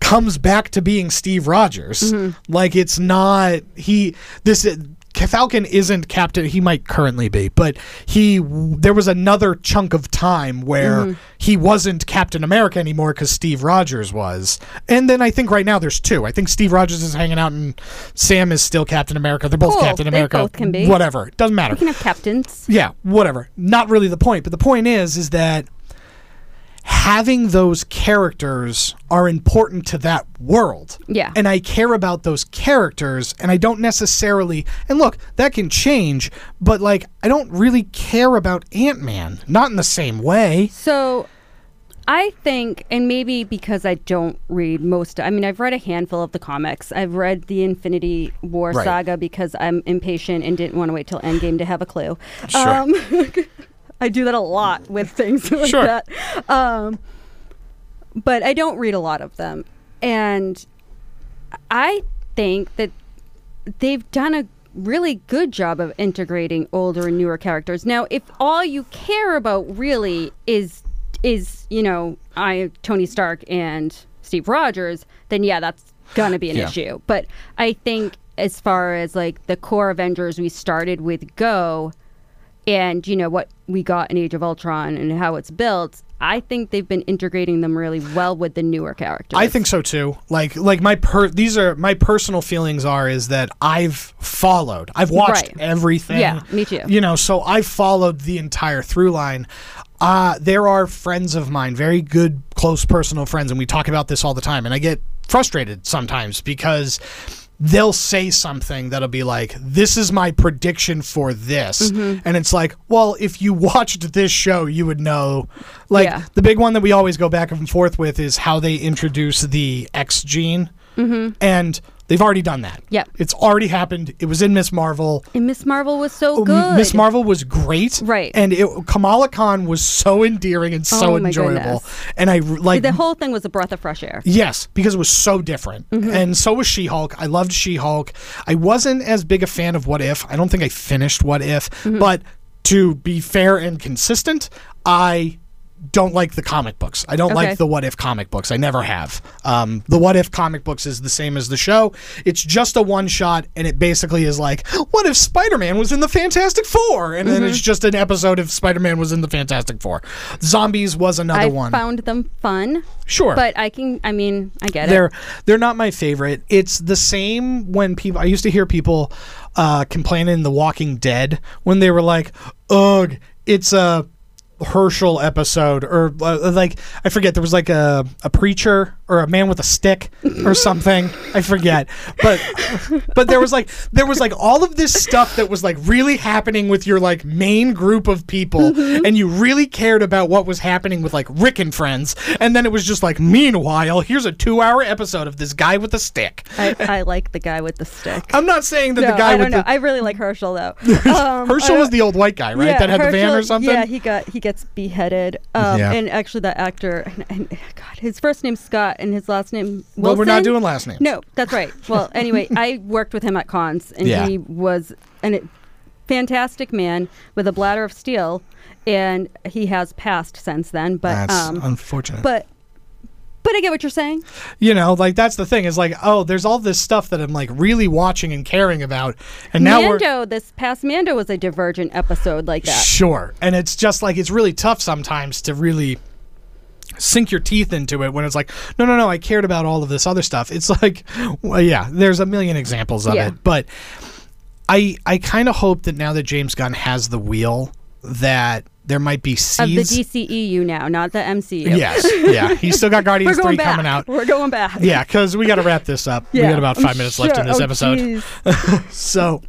Speaker 1: comes back to being Steve Rogers.
Speaker 2: Mm-hmm.
Speaker 1: Like it's not he this Falcon isn't captain. He might currently be, but he there was another chunk of time where
Speaker 2: Mm-hmm.
Speaker 1: he wasn't Captain America anymore because Steve Rogers was. And then I think right now there's two. I think Steve Rogers is hanging out and Sam is still Captain America. They're both
Speaker 2: Cool.
Speaker 1: Captain
Speaker 2: They
Speaker 1: America.
Speaker 2: both can be.
Speaker 1: Whatever. It doesn't matter.
Speaker 2: We can have captains.
Speaker 1: Yeah, whatever. Not really the point, but the point is is that having those characters are important to that world.
Speaker 2: Yeah.
Speaker 1: And I care about those characters and I don't necessarily and look, that can change, but like I don't really care about Ant-Man, not in the same way.
Speaker 2: So I think, and maybe because I don't read most, I mean, I've read a handful of the comics. I've read the Infinity War
Speaker 1: Right.
Speaker 2: saga because I'm impatient and didn't want to wait till Endgame to have a clue.
Speaker 1: Sure.
Speaker 2: Um, I do that a lot with things like
Speaker 1: Sure.
Speaker 2: that. Um, but I don't read a lot of them. And I think that they've done a really good job of integrating older and newer characters. Now, if all you care about really is is, you know, I Tony Stark and Steve Rogers, then yeah, that's gonna be an
Speaker 1: Yeah.
Speaker 2: issue. But I think as far as like the core Avengers we started with go and you know what we got in Age of Ultron and how it's built, I think they've been integrating them really well with the newer characters.
Speaker 1: I think so too. Like like my per these are my personal feelings are is that I've followed. I've watched
Speaker 2: Right.
Speaker 1: everything.
Speaker 2: Yeah, me too.
Speaker 1: You know, so I've followed the entire through line. Uh, there are friends of mine, very good, close personal friends, and we talk about this all the time. And I get frustrated sometimes because they'll say something that'll be like, This is my prediction for this.
Speaker 2: Mm-hmm.
Speaker 1: And it's like, Well, if you watched this show, you would know. Like,
Speaker 2: Yeah.
Speaker 1: the big one that we always go back and forth with is how they introduce the X gene, mm-hmm. and they've already done that.
Speaker 2: Yep.
Speaker 1: it's already happened. It was in Miss Marvel.
Speaker 2: And Miss Marvel was so good.
Speaker 1: Oh, M- Miss Marvel was great,
Speaker 2: Right.
Speaker 1: And it, Kamala Khan was so endearing and so
Speaker 2: Oh my
Speaker 1: enjoyable.
Speaker 2: goodness.
Speaker 1: And I r- like
Speaker 2: The whole thing was a breath of fresh air.
Speaker 1: Yes, because it was so different.
Speaker 2: Mm-hmm.
Speaker 1: And so was She Hulk. I loved She Hulk. I wasn't as big a fan of What If. I don't think I finished What If.
Speaker 2: Mm-hmm.
Speaker 1: But to be fair and consistent, I don't like the comic books. I don't
Speaker 2: Okay.
Speaker 1: like the What If comic books. I never have. Um, the What If comic books is the same as the show. It's just a one shot, and it basically is like, what if Spider Man was in the Fantastic Four? And then
Speaker 2: Mm-hmm.
Speaker 1: it's just an episode if Spider Man was in the Fantastic Four. Zombies was another
Speaker 2: I
Speaker 1: one.
Speaker 2: found them fun,
Speaker 1: sure.
Speaker 2: but I can. I mean, I get it.
Speaker 1: They're they're not my favorite. It's the same when people I used to hear people uh, complaining in The Walking Dead when they were like, ugh, it's a Herschel episode, or uh, like, I forget, there was like a, a preacher or a man with a stick or something. I forget. But, but there was like, there was like all of this stuff that was like really happening with your like main group of people,
Speaker 2: Mm-hmm.
Speaker 1: and you really cared about what was happening with like Rick and friends. And then it was just like, meanwhile, here's a two hour episode of this guy with a stick.
Speaker 2: I, I like the guy with the stick.
Speaker 1: I'm not saying that
Speaker 2: no,
Speaker 1: the guy
Speaker 2: I
Speaker 1: with
Speaker 2: don't know.
Speaker 1: the
Speaker 2: I really like Herschel though. Um,
Speaker 1: Herschel
Speaker 2: I-
Speaker 1: was the old white guy, right?
Speaker 2: yeah,
Speaker 1: that had the van
Speaker 2: Herschel-
Speaker 1: or something.
Speaker 2: Yeah, he got he gets beheaded. Um,
Speaker 1: Yeah.
Speaker 2: And actually, that actor, and, and, God, his first name's Scott and his last name Wilson.
Speaker 1: well, we're not doing last names.
Speaker 2: No, that's right. Well, anyway, I worked with him at cons, and
Speaker 1: Yeah.
Speaker 2: he was an fantastic man with a bladder of steel, and he has passed since then. But
Speaker 1: that's
Speaker 2: um,
Speaker 1: unfortunate.
Speaker 2: but but I get what you're saying.
Speaker 1: you know, like that's the thing is like, oh, there's all this stuff that I'm like really watching and caring about, and now we're
Speaker 2: Mando, this past Mando was a Divergent episode like that.
Speaker 1: Sure. And it's just like it's really tough sometimes to really sink your teeth into it when it's like, no, no, no, I cared about all of this other stuff. It's like, well, yeah, there's a million examples of
Speaker 2: Yeah.
Speaker 1: it, but I I kind of hope that now that James Gunn has the wheel that there might be
Speaker 2: Of the
Speaker 1: seeds.
Speaker 2: DCEU now, not the MCU.
Speaker 1: yes. Yeah. He's still got
Speaker 2: We're
Speaker 1: Guardians 3
Speaker 2: going back.
Speaker 1: coming out.
Speaker 2: We're going back.
Speaker 1: Yeah, because we got to wrap this up. We got about 5
Speaker 2: I'm
Speaker 1: minutes left in
Speaker 2: sure-
Speaker 1: this
Speaker 2: oh,
Speaker 1: episode.
Speaker 2: geez.
Speaker 1: So,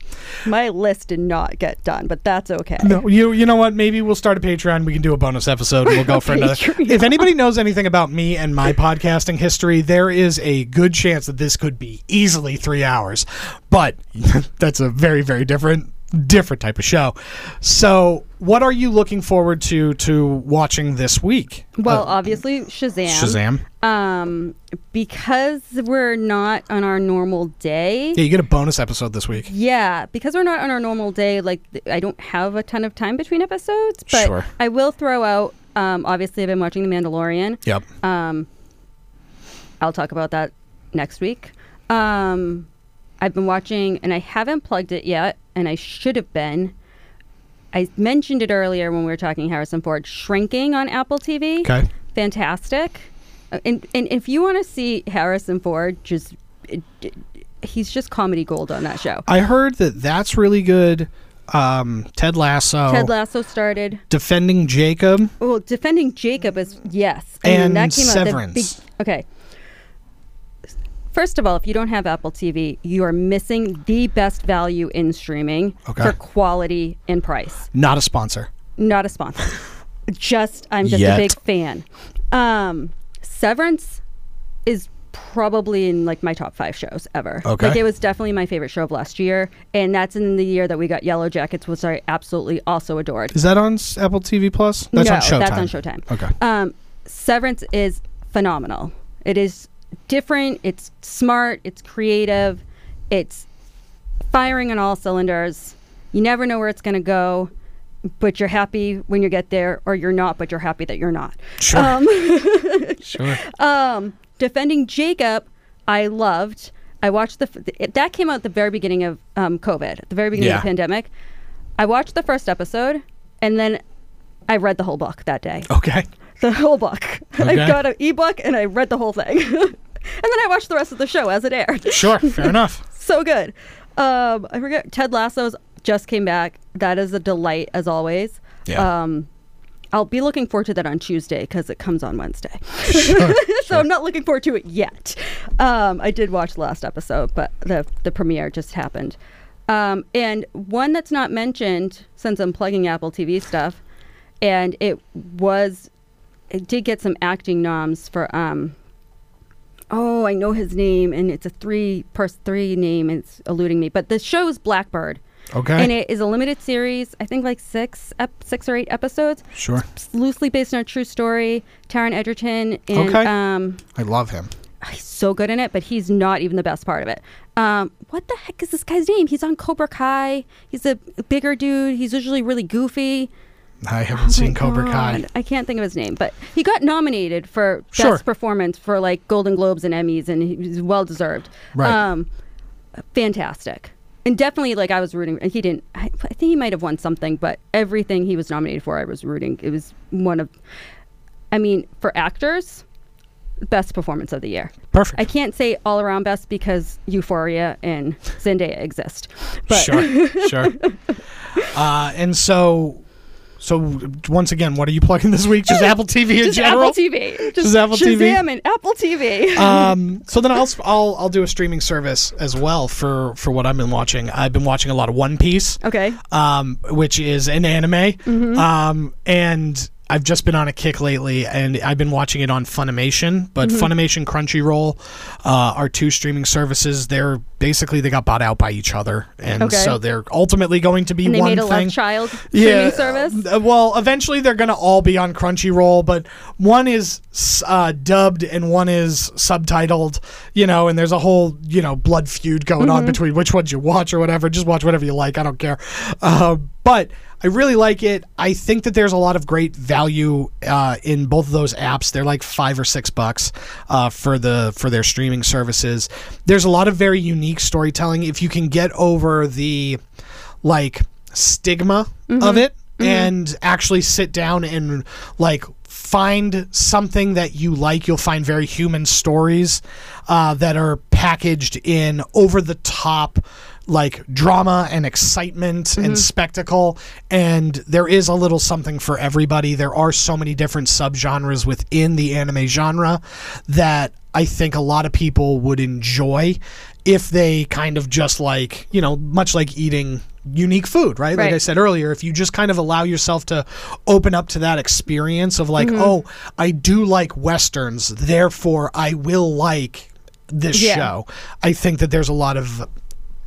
Speaker 2: My list did not get done, but that's okay.
Speaker 1: No, you you know what? Maybe we'll start a Patreon. We can do a bonus episode. We'll go for another.
Speaker 2: Patreon.
Speaker 1: If anybody knows anything about me and my podcasting history, there is a good chance that this could be easily three hours, but that's a very very different different type of show. So, what are you looking forward to to watching this week?
Speaker 2: Well,
Speaker 1: Uh,
Speaker 2: obviously Shazam.
Speaker 1: Shazam.
Speaker 2: Um, because we're not on our normal day.
Speaker 1: Yeah, you get a bonus episode this week.
Speaker 2: Yeah, because we're not on our normal day, like th- I don't have a ton of time between episodes, but
Speaker 1: Sure.
Speaker 2: I will throw out. Um, obviously, I've been watching The Mandalorian.
Speaker 1: Yep.
Speaker 2: Um, I'll talk about that next week. Um, I've been watching, and I haven't plugged it yet, and I should have been. I mentioned it earlier when we were talking Harrison Ford shrinking on Apple TV.
Speaker 1: Okay.
Speaker 2: Fantastic. Uh, And, and if you want to see Harrison Ford, just it- it- he's just comedy gold on that show.
Speaker 1: I heard that that's really good. Um, Ted Lasso.
Speaker 2: Ted Lasso started.
Speaker 1: Defending Jacob.
Speaker 2: Well, defending Jacob is yes,
Speaker 1: And
Speaker 2: then that came Out the
Speaker 1: Severance.
Speaker 2: big- okay. First of all, if you don't have Apple TV, you are missing the best value in streaming
Speaker 1: Okay.
Speaker 2: for quality and price.
Speaker 1: Not a sponsor.
Speaker 2: Not a sponsor. just I'm just
Speaker 1: Yet.
Speaker 2: a big fan. Um, Severance is probably in like my top five shows ever.
Speaker 1: Okay.
Speaker 2: Like it was definitely my favorite show of last year, and that's in the year that we got Yellow Jackets, which I absolutely also adored.
Speaker 1: Is that on s- Apple TV Plus? That's
Speaker 2: no,
Speaker 1: on Showtime.
Speaker 2: That's on Showtime.
Speaker 1: Okay.
Speaker 2: Um, Severance is phenomenal. It is different. It's smart. It's creative. It's firing on all cylinders. You never know where it's going to go, but you're happy when you get there, or you're not, but you're happy that you're not.
Speaker 1: Sure. sure.
Speaker 2: Um, defending Jacob, I loved. I watched the f- it- that came out at the very beginning of um, COVID, at the very beginning of the
Speaker 1: Yeah.
Speaker 2: pandemic. I watched the first episode, and then I read the whole book that day
Speaker 1: Okay.
Speaker 2: the whole book.
Speaker 1: Okay.
Speaker 2: I got an ebook and I read the whole thing. and then I watched the rest of the show as it aired.
Speaker 1: Sure. Fair enough.
Speaker 2: so good. Um, I forget Ted Lasso's just came back. That is a delight as always.
Speaker 1: Yeah.
Speaker 2: Um, I'll be looking forward to that on Tuesday because it comes on Wednesday.
Speaker 1: Sure.
Speaker 2: so I'm not looking forward to it yet. Um, I did watch the last episode, but the the premiere just happened. Um, and one that's not mentioned since I'm plugging Apple TV stuff, and it was, it did get some acting noms for. Um, oh, I know his name, and it's a three pers three name. And it's eluding me, but the show is Blackbird.
Speaker 1: Okay.
Speaker 2: And it is a limited series. I think like six, ep- six or eight episodes
Speaker 1: Sure.
Speaker 2: loosely based on a true story. Taron Egerton and
Speaker 1: Okay.
Speaker 2: um,
Speaker 1: I love him.
Speaker 2: he's so good in it, but he's not even the best part of it. Um, what the heck is this guy's name? He's on Cobra Kai. He's a bigger dude. He's usually really goofy.
Speaker 1: I haven't seen
Speaker 2: Oh My
Speaker 1: Cobra Kai.
Speaker 2: God, I can't think of his name, but he got nominated for
Speaker 1: Sure.
Speaker 2: best performance for like Golden Globes and Emmys, and he was well deserved.
Speaker 1: Right.
Speaker 2: Um, fantastic. And definitely, like I was rooting. and He didn't. I, I think he might have won something, but everything he was nominated for, I was rooting. It was one of. I mean, for actors, best performance of the year.
Speaker 1: Perfect.
Speaker 2: I can't say all around best because Euphoria and Zendaya exist. But
Speaker 1: sure, sure. Uh, and so, so once again, what are you plugging this week? Just Apple TV in
Speaker 2: just
Speaker 1: general.
Speaker 2: Apple TV. Just,
Speaker 1: Just Apple TV?
Speaker 2: Shazam and Apple TV.
Speaker 1: um, so then I'll, I'll I'll do a streaming service as well for for what I've been watching. I've been watching a lot of One Piece,
Speaker 2: okay.
Speaker 1: um, which is an anime,
Speaker 2: Mm-hmm.
Speaker 1: um, and I've just been on a kick lately, and I've been watching it on Funimation. But
Speaker 2: Mm-hmm.
Speaker 1: Funimation, Crunchyroll uh, are two streaming services. They're basically they got bought out by each other, and
Speaker 2: Okay.
Speaker 1: so they're ultimately going to be
Speaker 2: And they
Speaker 1: one
Speaker 2: made a
Speaker 1: thing.
Speaker 2: love child
Speaker 1: Yeah,
Speaker 2: streaming service.
Speaker 1: uh, well, eventually they're going to all be on Crunchyroll, but one is s- uh, dubbed and one is subtitled, you know, and there's a whole, you know, blood feud going
Speaker 2: Mm-hmm.
Speaker 1: on between which ones you watch or whatever. Just watch whatever you like. I don't care. Uh, but I really like it. I think that there's a lot of great value uh, in both of those apps. They're like five or six bucks uh, for the for their streaming services. There's a lot of very unique storytelling. If you can get over the like stigma of it and actually sit down and like find something that you like you'll find very human stories uh, that are packaged in over the top like drama and excitement and spectacle and there is a little something for everybody there are so many different subgenres within the anime genre that i think a lot of people would enjoy if they kind of just like you know much like eating unique food right, like
Speaker 2: Right.
Speaker 1: i said earlier if you just kind of allow yourself to open up to that experience of
Speaker 2: Mm-hmm.
Speaker 1: like oh i do like westerns therefore i will like this
Speaker 2: Yeah.
Speaker 1: show i think that there's a lot of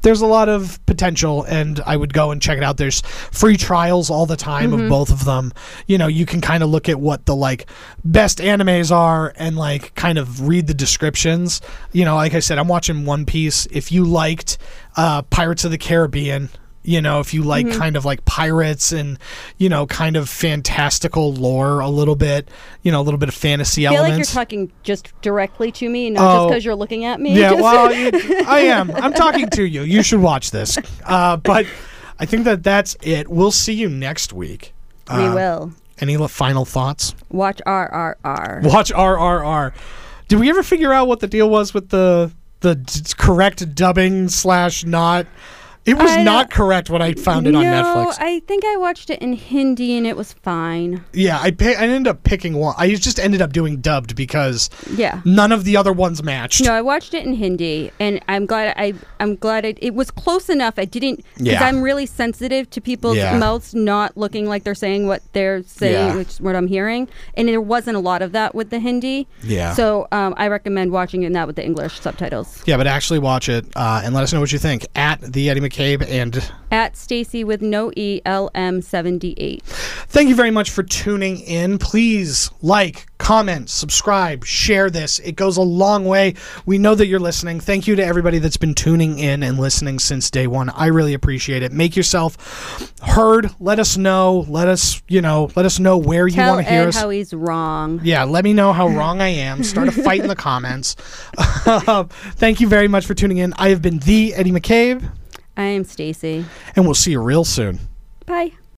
Speaker 1: there's a lot of potential and i would go and check it out there's free trials all the time
Speaker 2: Mm-hmm.
Speaker 1: of both of them you know you can kind of look at what the like best animes are and like kind of read the descriptions you know like i said i'm watching one piece if you liked uh, pirates of the caribbean you know if you like
Speaker 2: Mm-hmm.
Speaker 1: kind of like pirates and you know kind of fantastical lore a little bit you know a little bit of fantasy
Speaker 2: I feel like you're
Speaker 1: elements
Speaker 2: talking just directly to me, not just
Speaker 1: Oh.
Speaker 2: just because you're looking at me.
Speaker 1: yeah,
Speaker 2: Just-
Speaker 1: well, you, I am. I'm talking to you. You should watch this. Uh, but I think that that's it. We'll see you next week.
Speaker 2: we
Speaker 1: Uh,
Speaker 2: will
Speaker 1: Any la- final thoughts?
Speaker 2: watch RRR.
Speaker 1: Watch RRR. Did we ever figure out what the deal was with the the d- correct dubbing slash not? It was
Speaker 2: I- uh,
Speaker 1: not correct when I found it
Speaker 2: no,
Speaker 1: on Netflix.
Speaker 2: I think I watched it in Hindi and it was fine.
Speaker 1: yeah, I pay, I ended up picking one. I just ended up doing dubbed because
Speaker 2: Yeah.
Speaker 1: none of the other ones matched.
Speaker 2: No, I watched it in Hindi, and I'm glad I I'm glad I, it was close enough. I didn't because
Speaker 1: Yeah.
Speaker 2: I'm really sensitive to people's
Speaker 1: Yeah.
Speaker 2: mouths not looking like they're saying what they're saying,
Speaker 1: Yeah.
Speaker 2: which is what I'm hearing. And there wasn't a lot of that with the Hindi.
Speaker 1: Yeah.
Speaker 2: So um, I recommend watching it now with the English subtitles.
Speaker 1: Yeah, but actually watch it uh, and let us know what you think at the Eddie McCabe and
Speaker 2: At Stacy with no E L M seventy eight.
Speaker 1: Thank you very much for tuning in. Please like, comment, subscribe, share this. It goes a long way. We know that you're listening. Thank you to everybody that's been tuning in and listening since day one. I really appreciate it. Make yourself heard. Let us know. Let us, you know, let us know where you
Speaker 2: Tell
Speaker 1: want to hear
Speaker 2: Ed
Speaker 1: us.
Speaker 2: how he's wrong.
Speaker 1: yeah, let me know how wrong I am. Start a fight in the comments. Thank you very much for tuning in. I have been the Eddie McCabe,
Speaker 2: I am Stacy.
Speaker 1: and we'll see you real soon.
Speaker 2: Bye.